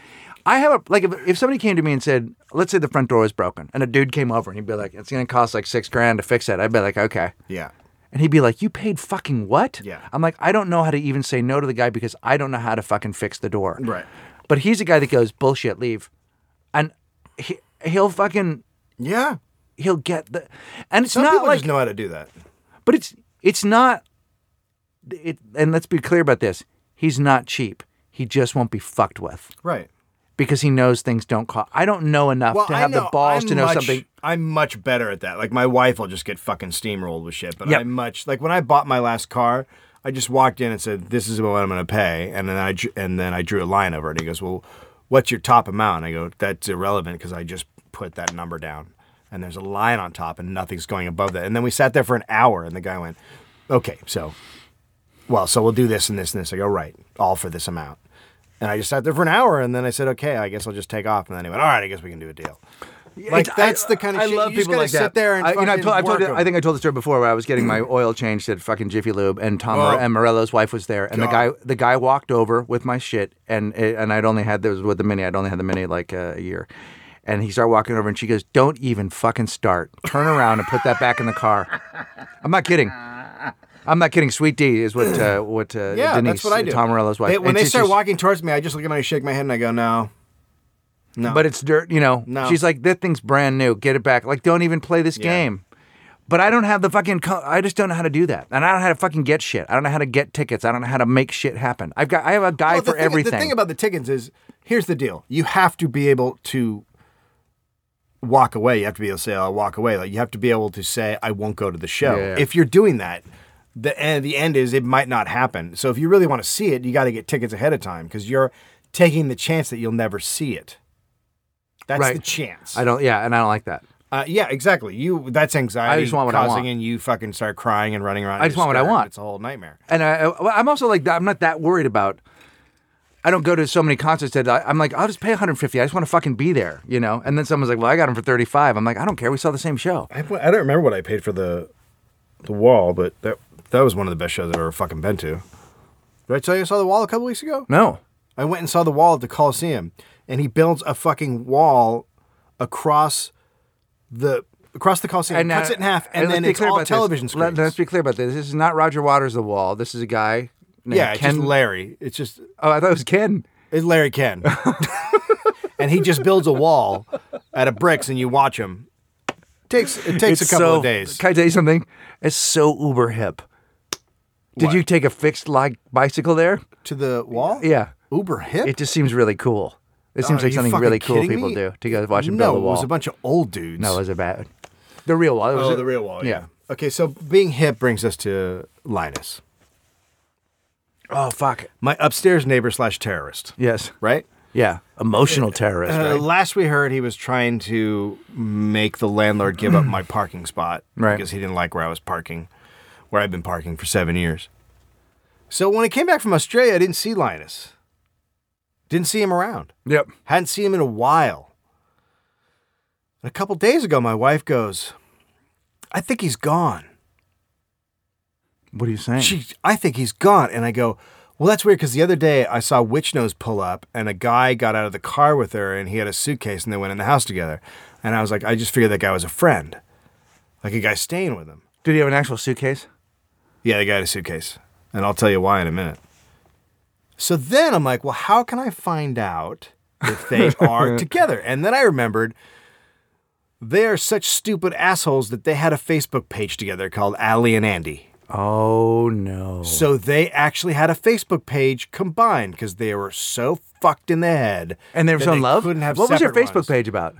S2: I have a like if, if somebody came to me and said, let's say the front door was broken and a dude came over and he'd be like, it's gonna cost like six grand to fix it. I'd be like, okay.
S1: Yeah.
S2: And he'd be like, You paid fucking what?
S1: Yeah.
S2: I'm like, I don't know how to even say no to the guy because I don't know how to fucking fix the door.
S1: Right.
S2: But he's a guy that goes, bullshit, leave. And he, he'll fucking
S1: Yeah.
S2: he'll get the and it's
S1: Some
S2: not
S1: people
S2: like
S1: just know how to do that.
S2: but it's it's not it and let's be clear about this he's not cheap he just won't be fucked with
S1: Right.
S2: because he knows things don't cost i don't know enough to have the balls to know
S1: much-
S2: something
S1: I'm much better at that. Like my wife will just get fucking steamrolled with shit, but
S2: Yep.
S1: I'm much like when I bought my last car, I just walked in and said, "This is what I'm going to pay," and then I dr- and then I drew a line over it. And he goes, "Well, what's your top amount? I go, that's irrelevant because I just put that number down. And there's a line on top and nothing's going above that. And then we sat there for an hour and the guy went, okay, so, well, so we'll do this and this and this. I go, right, all for this amount. And I just sat there for an hour and then I said, okay, I guess I'll just take off. And then he went, all right, I guess we can do a deal. Like,
S2: It's-
S1: that's
S2: I-
S1: the kind of
S2: I
S1: shit
S2: love
S1: you just
S2: people
S1: gotta
S2: like that.
S1: sit there and
S2: I, you know, I've
S1: fucking
S2: told- I've
S1: work
S2: told you-
S1: 'em.
S2: I think I told the story before where I was getting my oil changed at fucking Jiffy Lube, and Tom
S1: Oh.
S2: and Morello's wife was there, and the guy
S1: God.
S2: the guy walked over with my shit, and and I'd only had those with the mini, I'd only had the mini like uh, a year, and he started walking over, and she goes, "Don't even fucking start. Turn around and put that back in the car." I'm not kidding. I'm not kidding. Sweet D is what uh, what uh,
S1: yeah,
S2: Denise
S1: that's what I do.
S2: Tom Morello's wife.
S1: They- when
S2: And
S1: they
S2: she's
S1: start
S2: just-
S1: walking towards me, I just look at them, I shake my head, and I go, no. No.
S2: but it's dirt. You know,
S1: No.
S2: she's like, that thing's brand new. Get it back. Like, don't even play this game. But I don't have the fucking. Co- I just don't know how to do that, and I don't know how to fucking get shit. I don't know how to get tickets. I don't know how to make shit happen. I've got. I have a guy
S1: Well,
S2: for
S1: the thing,
S2: everything.
S1: The thing about the tickets is, here's the deal: you have to be able to walk away. You have to be able to say, "I'll walk away." Like you have to be able to say, "I won't go to the show."
S2: Yeah.
S1: If you're doing that, the end, the end is it might not happen. So if you really want to see it, you got to get tickets ahead of time because you're taking the chance that you'll never see it. That's
S2: Right.
S1: the chance.
S2: I don't. Yeah, and I don't like that.
S1: Uh, yeah, exactly. You that's anxiety
S2: just want what I
S1: causing,
S2: want.
S1: and you fucking start crying and running around.
S2: I
S1: in
S2: just want what I
S1: hysteria.
S2: want.
S1: It's a whole nightmare.
S2: And I, I, I'm also like, that- I'm not that worried about. I don't go to so many concerts that I, I'm like, I'll just pay 150. I just want to fucking be there, you know. And then someone's like, Well, I got him for 35. I'm like, I don't care. We saw the same show.
S1: I, I don't remember what I paid for the the wall, but that that was one of the best shows I've ever fucking been to. Did I tell you I saw the wall a couple weeks ago?
S2: No,
S1: I went and saw the wall at the Coliseum, and he builds a fucking wall across the across the Coliseum,
S2: uh,
S1: cuts it in half, and,
S2: let's
S1: then
S2: be
S1: it's
S2: clear
S1: all
S2: about
S1: television
S2: this.
S1: screens.
S2: Let, us be clear about this. This is not Roger Waters the wall. This is a guy. Named
S1: yeah, it's
S2: Ken.
S1: just Larry. It's just
S2: oh, I thought it was Ken.
S1: it's Larry
S2: <laughs>
S1: Ken, and he just builds a wall out of bricks, and you watch him. takes it takes a couple
S2: so,
S1: of days.
S2: Can I tell you something? It's so uber hip. Did
S1: What?
S2: you take a fixed like bicycle there?
S1: to the wall.
S2: Yeah.
S1: Uber hip.
S2: It just seems really cool. It seems
S1: are
S2: like
S1: you
S2: something
S1: fucking
S2: really cool
S1: kidding
S2: people
S1: me?
S2: do to go watch him
S1: no,
S2: build a wall.
S1: it was a bunch of old dudes.
S2: no, it was a bad. The real wall. It was
S1: oh,
S2: a-
S1: the real wall.
S2: yeah.
S1: Yeah. Okay, so being hip brings us to Linus,
S2: Oh fuck.
S1: my upstairs neighbor slash terrorist.
S2: Yes.
S1: Right.
S2: Yeah. Emotional terrorist.
S1: Uh,
S2: right?
S1: Last we heard, he was trying to make the landlord give up
S2: <clears throat>
S1: my parking spot
S2: Right.
S1: because he didn't like where I was parking, where I've been parking for seven years. So when I came back from Australia, I didn't see Linus. Didn't see him around.
S2: Yep.
S1: Hadn't seen him in a while. And a couple days ago, my wife goes, I think he's gone.
S2: What are you saying?
S1: She, I think he's gone. And I go, Well, that's weird because the other day I saw Witch Nose pull up and a guy got out of the car with her and he had a suitcase and they went in the house together. And I was like, I just figured that guy was a friend, like a guy staying with him.
S2: Did he have an actual suitcase?
S1: Yeah, the guy had a suitcase. And I'll tell you why in a minute. So then I'm like, well, how can I find out if they are together? And then I remembered they are such stupid assholes that they had a Facebook page together called Ali and Andy.
S2: Oh no.
S1: So they actually had a Facebook page combined because they were so fucked in the head.
S2: And they were
S1: that
S2: so in love.
S1: Couldn't have
S2: what was your
S1: separate
S2: Facebook
S1: ones.
S2: page about?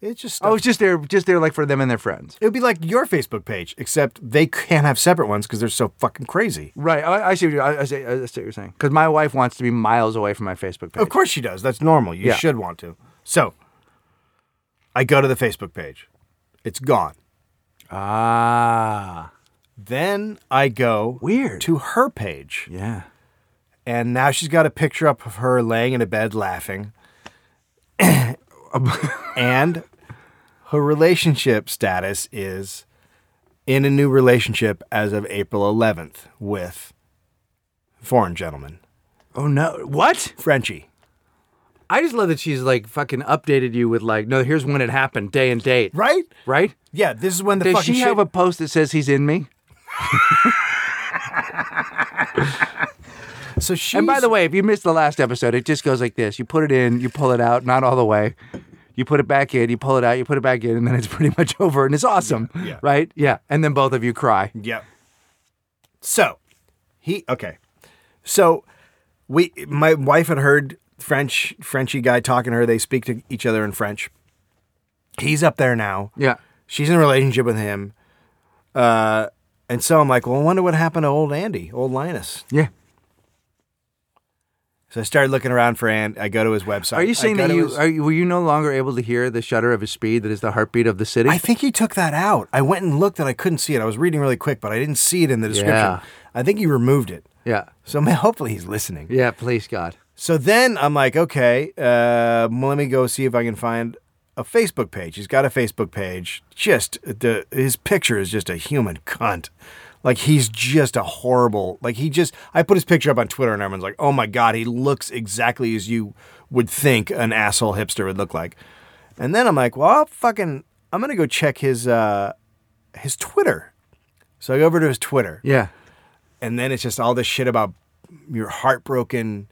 S1: It's just
S2: Oh, it's just there, just there, like for them and their friends.
S1: it would be like your Facebook page, except they can't have separate ones because they're so fucking crazy.
S2: Right. I, I see. What you're, I, I, see, I see what you're saying. Because my wife wants to be miles away from my Facebook page.
S1: Of course she does. That's normal. You
S2: Yeah.
S1: should want to. So I go to the Facebook page. It's gone.
S2: Ah.
S1: Then I go
S2: Weird.
S1: to her page.
S2: Yeah.
S1: And now she's got a picture up of her laying in a bed
S2: <laughs>
S1: laughing. and her relationship status is in a new relationship as of April 11th with foreign gentleman,
S2: Oh no. What?
S1: Frenchie.
S2: I just love that she's like fucking updated you with like, no, here's when it happened, day and date.
S1: Right?
S2: Right.
S1: Yeah, this is when the
S2: Does
S1: fucking
S2: she
S1: shit-
S2: have a post that says he's in me?
S1: So she's
S2: And by the way, if you missed the last episode, it just goes like this: you put it in, you pull it out, not all the way. You put it back in, you pull it out, you put it back in, and then it's <laughs> pretty much over, and it's awesome,
S1: yeah.
S2: right? Yeah, and then both of you cry.
S1: Yep. So he okay. So we my wife had heard French Frenchy guy talking to her. They speak to each other in French. He's up there now.
S2: Yeah,
S1: She's in a relationship with him. Uh and so I'm like, well, I wonder what happened to old Andy, old Linus.
S2: yeah.
S1: So I started looking around for Ant. I go to his website.
S2: Are
S1: I
S2: you saying
S1: go
S2: that
S1: to
S2: you,
S1: his-
S2: are you were you no longer able to hear the shudder of his speed that is the heartbeat of the city?
S1: I think he took that out. I went and looked and I couldn't see it. I was reading really quick, but I didn't see it in the description.
S2: Yeah.
S1: I think he removed it.
S2: yeah.
S1: So <laughs> man, hopefully he's listening.
S2: Yeah, please God.
S1: So then I'm like, okay, uh, well, let me go see if I can find a Facebook page. He's got a Facebook page. Just the his picture is just a human cunt. Like he's just a horrible. Like he just. I put his picture up on Twitter and everyone's like, oh my god, he looks exactly as you would think an asshole hipster would look like. And then I'm like, well, I'll fucking. I'm gonna go check his uh, his Twitter. So I go over to his Twitter
S2: Yeah.
S1: and then it's just all this shit about you're heartbroken,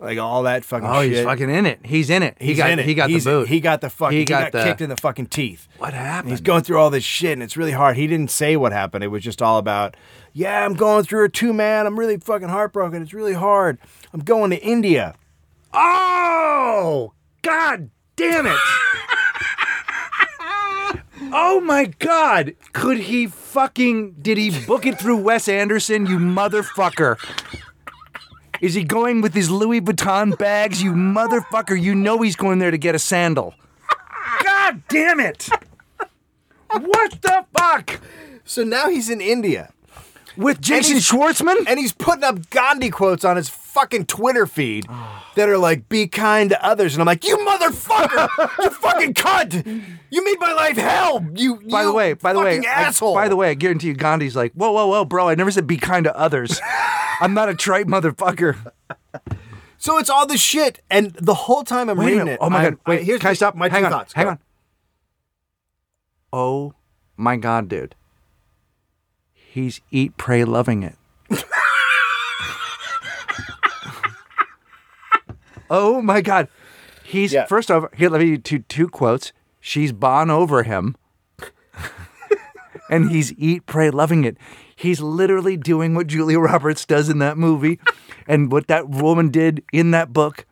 S1: like all that fucking
S2: Oh,
S1: shit.
S2: he's fucking in it. He's in it. He
S1: He's
S2: got
S1: in it.
S2: he got
S1: He's-
S2: the boot.
S1: He got the fucking.
S2: He
S1: He got,
S2: got the-
S1: kicked in the fucking teeth.
S2: What
S1: And He's
S2: happened?
S1: going through all this shit, and it's really hard. He didn't say what happened. It was just all about, yeah, I'm going through it too, man. I'm really fucking heartbroken. It's really hard. I'm going to India.
S2: Oh, God damn it. oh my God. Could he fucking. Did he book it through Wes Anderson, you motherfucker? Is he going with his Louis Vuitton bags, you motherfucker? You know he's going there to get a sandal. God damn it. What the fuck?
S1: So now he's in India,
S2: With Jason Schwartzman?
S1: and he's putting up Gandhi quotes on his fucking Twitter feed that are like, "Be kind to others," and I'm like, "You motherfucker! you fucking cunt! You made my life hell! You
S2: By the
S1: you
S2: way, by the way,
S1: fucking
S2: I-
S1: asshole!
S2: by the way, I guarantee you, Gandhi's like, whoa, whoa, whoa, bro. I never said be kind to
S1: <laughs>
S2: others. I'm not a trite motherfucker.
S1: So it's all this shit, and the whole time I'm
S2: Wait a
S1: reading
S2: minute.
S1: it.
S2: Oh my
S1: I'm-
S2: god. Wait,
S1: I- here's
S2: can I
S1: the-
S2: stop?
S1: My
S2: hang
S1: two
S2: on.
S1: thoughts.
S2: Hang
S1: Go.
S2: on. Oh my god, dude. He's eat, pray, loving it. oh my god. He's
S1: Yeah.
S2: first off, here let me do two quotes. She's bon over him. and he's eat, pray, loving it. He's literally doing what Julia Roberts does in that movie and what that woman did in that book.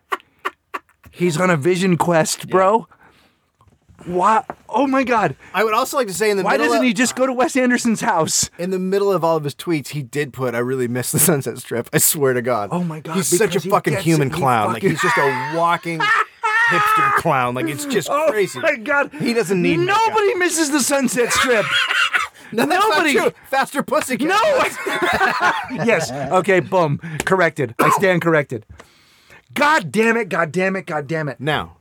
S2: He's on a vision quest, bro. Why? Oh my God.
S1: I would also like to say in the
S2: Why
S1: middle
S2: doesn't
S1: of,
S2: he just go to Wes Anderson's house?
S1: in the middle of all of his tweets, he did put, "I really miss the <laughs> Sunset Strip." I swear to God.
S2: Oh my God,
S1: He's such a
S2: because he
S1: fucking
S2: gets
S1: human
S2: it. He
S1: clown.
S2: fucking-
S1: Like he's just a
S2: <laughs>
S1: walking hipster clown. Like it's just
S2: Oh
S1: crazy.
S2: my God.
S1: He doesn't need makeup.
S2: Nobody misses the Sunset Strip.
S1: No, that's not
S2: nobody-
S1: true. Faster pussy.
S2: no. <laughs> yes. Okay. Boom. Corrected. I stand corrected. God damn it. God damn it. God damn it.
S1: Now,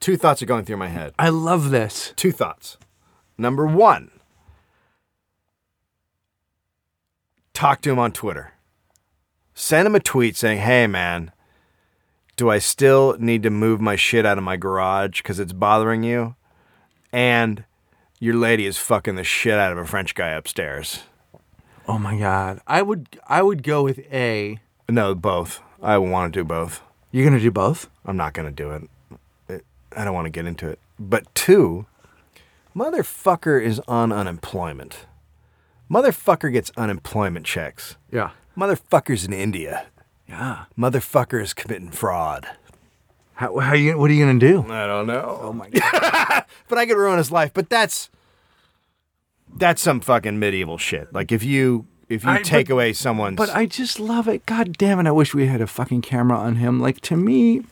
S1: two thoughts are going through my head.
S2: I love this.
S1: Two thoughts. Number one, talk to him on Twitter. Send him a tweet saying, hey, man, do I still need to move my shit out of my garage because it's bothering you? And your lady is fucking the shit out of a French guy upstairs.
S2: Oh my God. I would. I would go with A.
S1: No, both. I want to do both.
S2: You're gonna do both.
S1: I'm not going to do it. It- I don't want to get into it. But two, motherfucker is on unemployment. Motherfucker gets unemployment checks.
S2: Yeah.
S1: Motherfucker's in India.
S2: Yeah.
S1: Motherfucker is committing fraud.
S2: How, how you? What are you gonna do?
S1: I don't know. Oh my
S2: God.
S1: <laughs> but I could ruin his life. But that's that's some fucking medieval shit. Like if you if you
S2: I-
S1: take
S2: but-
S1: away someone's
S2: But I just love it. God damn it! I wish we had a fucking camera on him. Like to me,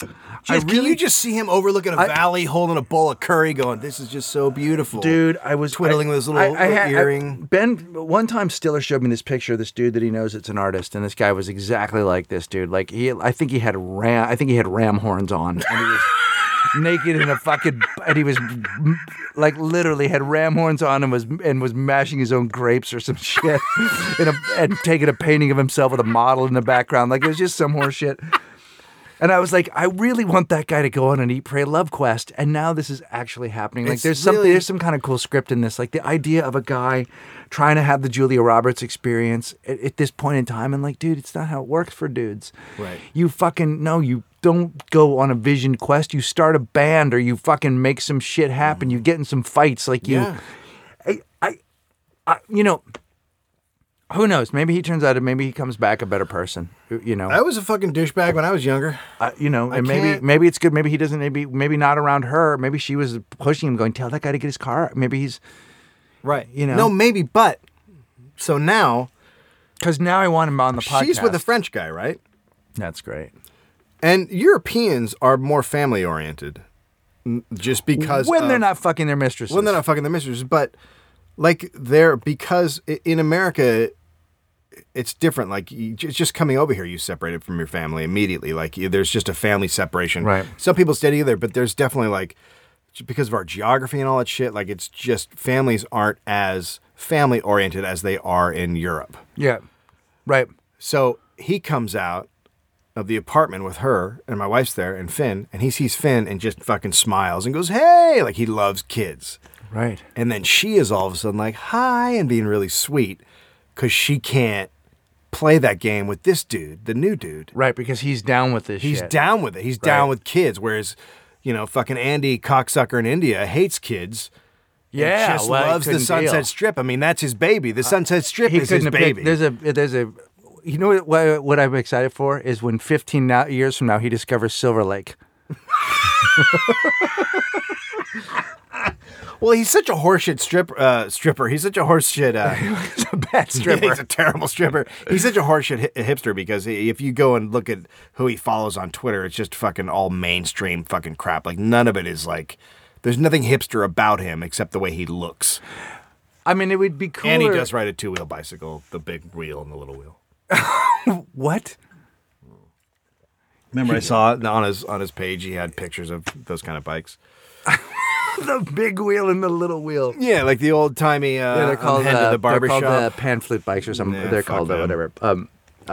S1: Just-
S2: really-
S1: can you just see him overlooking a
S2: I-
S1: valley holding a bowl of curry going, This is just so beautiful.
S2: dude, I was
S1: Twiddling
S2: I-
S1: with his little
S2: I- I had- I-
S1: earring.
S2: ben, one time Stiller showed me this picture of this dude that he knows it's an artist, and this guy was exactly like this dude. Like he, I think he had ram, I think he had ram horns on, and
S1: <laughs>
S2: he was naked in a fucking, and he was like literally had ram horns on and was and was mashing his own grapes or some <laughs> shit, and a, and taking a painting of himself with a model in the background. Like it was just some horse shit. And I was like, I really want that guy to go on an eat, pray, love quest. And now this is actually happening. Like,
S1: It's
S2: there's something,
S1: really-
S2: there's some kind of cool script in this. Like the idea of a guy trying to have the Julia Roberts experience at, at this point in time. And like, dude, it's not how it works for dudes.
S1: Right.
S2: You fucking no, you don't go on a vision quest. You start a band or you fucking make some shit happen. You get in some fights. Like you,
S1: Yeah.
S2: I, I, I, you know. Who knows? Maybe he turns out, maybe he comes back a better person. You know,
S1: I was a fucking douchebag when I was younger.
S2: uh, you know, and maybe
S1: can't-
S2: maybe it's good. Maybe he doesn't. Maybe maybe not around her. Maybe she was pushing him, going, "Tell that guy to get his car." Maybe he's
S1: Right.
S2: You know?
S1: No, maybe, but so now
S2: because now I want him on the podcast.
S1: she's with a French guy, right?
S2: That's great.
S1: And Europeans are more family oriented, just because
S2: When they're
S1: of-
S2: not fucking their mistresses.
S1: Uh, when they're not fucking their mistresses, but like they're because i- in America, it's different. Like you, ju- just coming over here, you separated from your family immediately. Like you- there's just a family separation.
S2: Right.
S1: Some people stay together, but there's definitely like j- because of our geography and all that shit. Like it's just families aren't as family oriented as they are in Europe.
S2: Yeah. Right.
S1: So he comes out of the apartment with her, and my wife's there, and Finn, and he sees Finn and just fucking smiles and goes, "Hey!" Like he loves kids.
S2: Right.
S1: And then she is all of a sudden like, hi, and being really sweet because she can't play that game with this dude, the new dude.
S2: Right, because he's down with this
S1: He's
S2: shit.
S1: down with it. He's down
S2: Right.
S1: with kids. Whereas, you know, fucking Andy Cocksucker in India hates kids. and
S2: Yeah,
S1: just
S2: well, he
S1: loves the
S2: couldn't
S1: Sunset
S2: deal. Uh,
S1: Strip. I mean, that's his baby. The Sunset Strip
S2: He
S1: is his
S2: couldn't have picked-
S1: baby.
S2: There's a there's a you know what- what what I'm excited for is when 15 now, years from now he discovers Silver Lake. <laughs>
S1: well, he's such a horseshit strip, uh, stripper. He's such a horseshit
S2: <laughs>
S1: uh, <laughs>
S2: Bad stripper.
S1: He's a terrible stripper. He's such a horseshit hi- hipster because i- if you go and look at who he follows on Twitter, it's just fucking all mainstream fucking crap. Like none of it is like. There's nothing hipster about him except the way he looks.
S2: I mean, it would be cool.
S1: And he does ride a two wheel bicycle, the big wheel and the little wheel.
S2: What? <laughs>
S1: Remember, I saw it on his on his page. He had pictures of those kind of bikes.
S2: the big wheel and the little wheel.
S1: Yeah, like the old timey. Uh,
S2: Yeah, they're called
S1: head
S2: uh,
S1: the barber
S2: They're called uh,
S1: shop.
S2: pan flute bikes or something.
S1: Nah,
S2: they're
S1: fuck
S2: called uh,
S1: them.
S2: whatever. Um,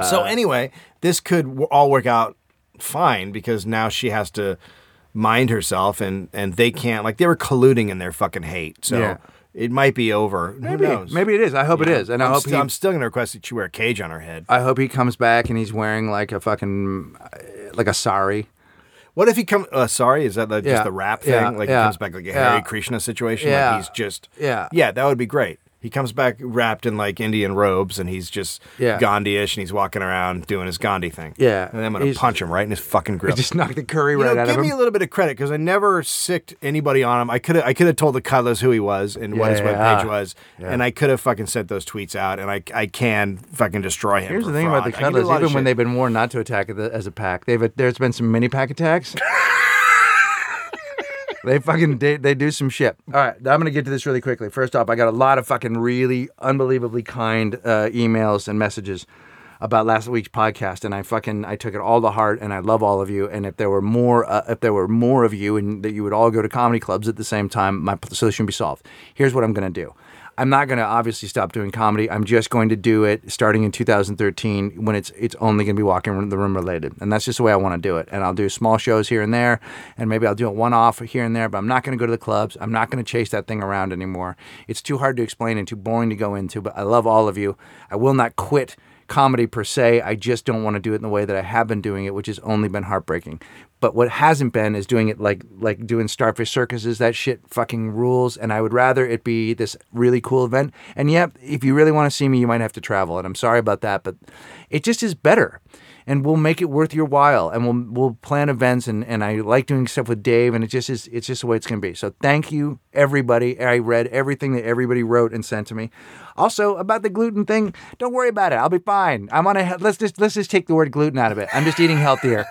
S1: so anyway, this could w- all work out fine because now she has to mind herself, and and they can't like they were colluding in their fucking hate. So
S2: Yeah.
S1: it might be over. Maybe, Who knows?
S2: maybe it is. I hope it is, and I
S1: I'm,
S2: hope
S1: st-
S2: he. Uh,
S1: I'm still gonna request that she wear a cage on her head.
S2: I hope he comes back and he's wearing like a fucking, uh, like a sari.
S1: What if he comes? Uh, sorry, is that the,
S2: Yeah,
S1: just the rap thing?
S2: yeah,
S1: like
S2: yeah,
S1: he comes back like a
S2: yeah.
S1: Harry Krishna situation.
S2: Yeah.
S1: Like he's just
S2: Yeah.
S1: yeah. That would be great. He comes back wrapped in like Indian robes, and he's just
S2: Yeah.
S1: Gandhi-ish, and he's walking around doing his Gandhi thing.
S2: Yeah.
S1: and I'm gonna
S2: He's-
S1: punch him right in his fucking grill.
S2: Just knock the curry
S1: You
S2: right
S1: know,
S2: out
S1: give
S2: of him.
S1: me a little bit of credit because I never sicked anybody on him. I could I could have told the Cuddlers who he was and what his
S2: Yeah.
S1: webpage was, and I could have fucking sent those tweets out, and I I can fucking destroy him.
S2: Here's
S1: for
S2: the thing about the
S1: fraud. I can do a
S2: cuddlers.
S1: lot of
S2: Even when
S1: shit.
S2: they've been warned not to attack the- as a pack, they've there's been some mini pack
S1: <laughs>
S2: attacks. they fucking they, they do some shit. All right, I'm gonna get to this really quickly. First off, I got a lot of fucking really unbelievably kind uh, emails and messages about last week's podcast, and I fucking I took it all to heart, and I love all of you. And if there were more, uh, if there were more of you, and that you would all go to comedy clubs at the same time, my solution would be solved. Here's what I'm gonna do. I'm not going to obviously stop doing comedy. I'm just going to do it starting in 2013 when it's it's only going to be walking in the room related, and that's just the way I want to do it. And I'll do small shows here and there, and maybe I'll do a one off here and there. But I'm not going to go to the clubs. I'm not going to chase that thing around anymore. It's too hard to explain and too boring to go into. But I love all of you. I will not quit comedy per se. I just don't want to do it in the way that I have been doing it, which has only been heartbreaking. But what hasn't been is doing it like like doing starfish circuses. That shit fucking rules. And I would rather it be this really cool event. And yep, if you really want to see me, you might have to travel. And I'm sorry about that, but it just is better. And we'll make it worth your while. And we'll we'll plan events. And, and I like doing stuff with Dave. And it just is it's just the way it's gonna be. So thank you everybody. I read everything that everybody wrote and sent to me. Also about the gluten thing, don't worry about it. I'll be fine. I'm on a let's just let's just take the word gluten out of it. I'm just eating healthier.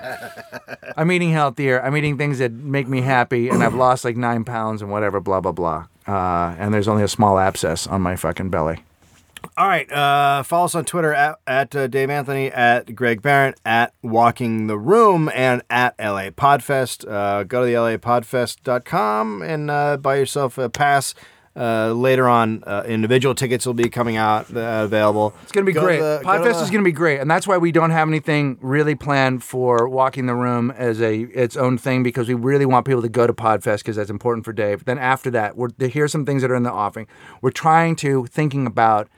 S2: I'm eating healthier. I'm eating things that make me happy, and I've lost like nine pounds and whatever. Blah blah blah. Uh, and there's only a small abscess on my fucking belly.
S1: All right. Uh, follow us on Twitter at, at uh, Dave Anthony, at Greg Barrett, at Walking the Room, and at LA Podfest. Uh, go to the lapodfest.com and uh, buy yourself a pass. Uh, later on, uh, individual tickets will be coming out uh, available.
S2: It's gonna be
S1: Go to
S2: great.
S1: the- go to
S2: Podfest
S1: the-
S2: is gonna be great, and that's why we don't have anything really planned for walking the room as a its own thing because we really want people to go to Podfest because that's important for Dave. Then after that, we're here's some things that are in the offering. We're trying to thinking about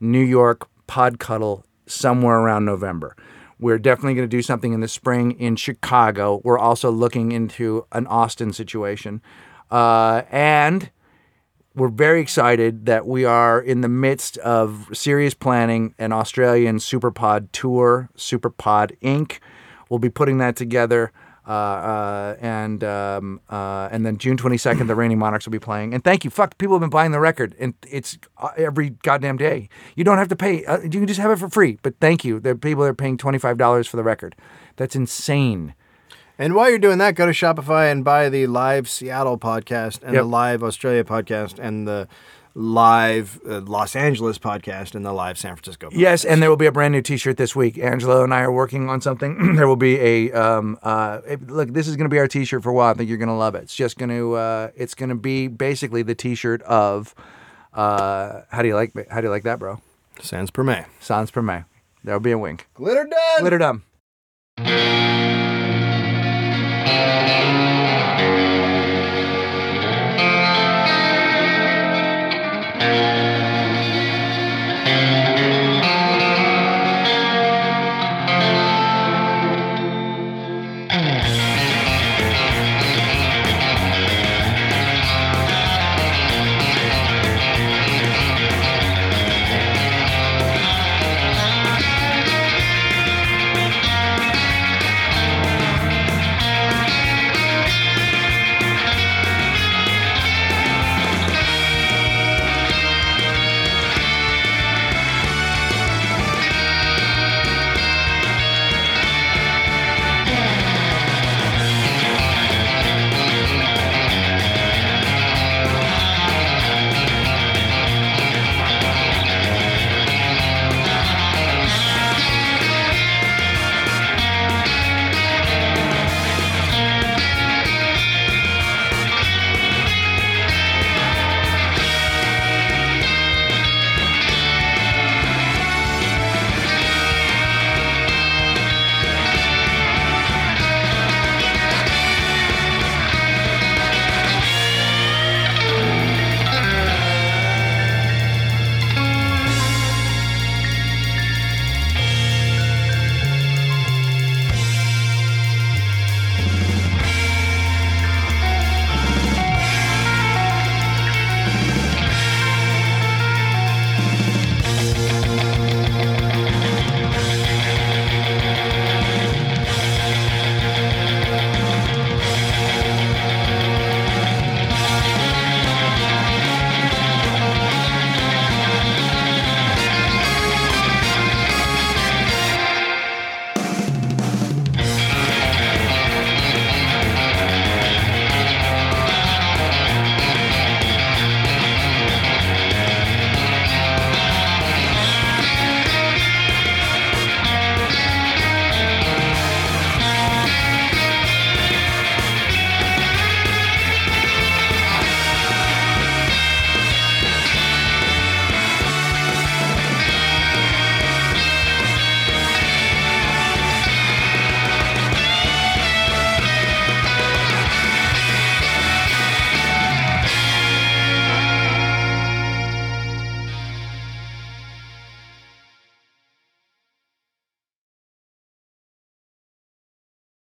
S2: New York pod cuddle somewhere around November. We're definitely going to do something in the spring in Chicago. We're also looking into an Austin situation, uh, and we're very excited that we are in the midst of serious planning an Australian Superpod tour, Superpod Inc. We'll be putting that together. Uh, uh, and um, uh, and then June 22nd, the Reigning Monarchs will be playing. And thank you, fuck, people have been buying the record, and it's uh, every goddamn day. You don't have to pay; uh, you can just have it for free. But thank you, the people that are paying twenty five dollars for the record. That's insane.
S1: And while you're doing that, go to Shopify and buy the live Seattle podcast and
S2: Yep.
S1: the live Australia podcast and the live uh, Los Angeles podcast and the live San Francisco. Podcast.
S2: Yes, and there will be a brand new T-shirt this week. Angelo and I are working on something. <clears throat> there will be a um, uh, it- look. This is going to be our T-shirt for a while. I think you're going to love it. It's just going to uh, it's going to be basically the T-shirt of uh, how do you like how do you like that, bro?
S1: Sans per me.
S2: Sans per me. There will be a wink.
S1: Glitter done.
S2: Glitter dumb.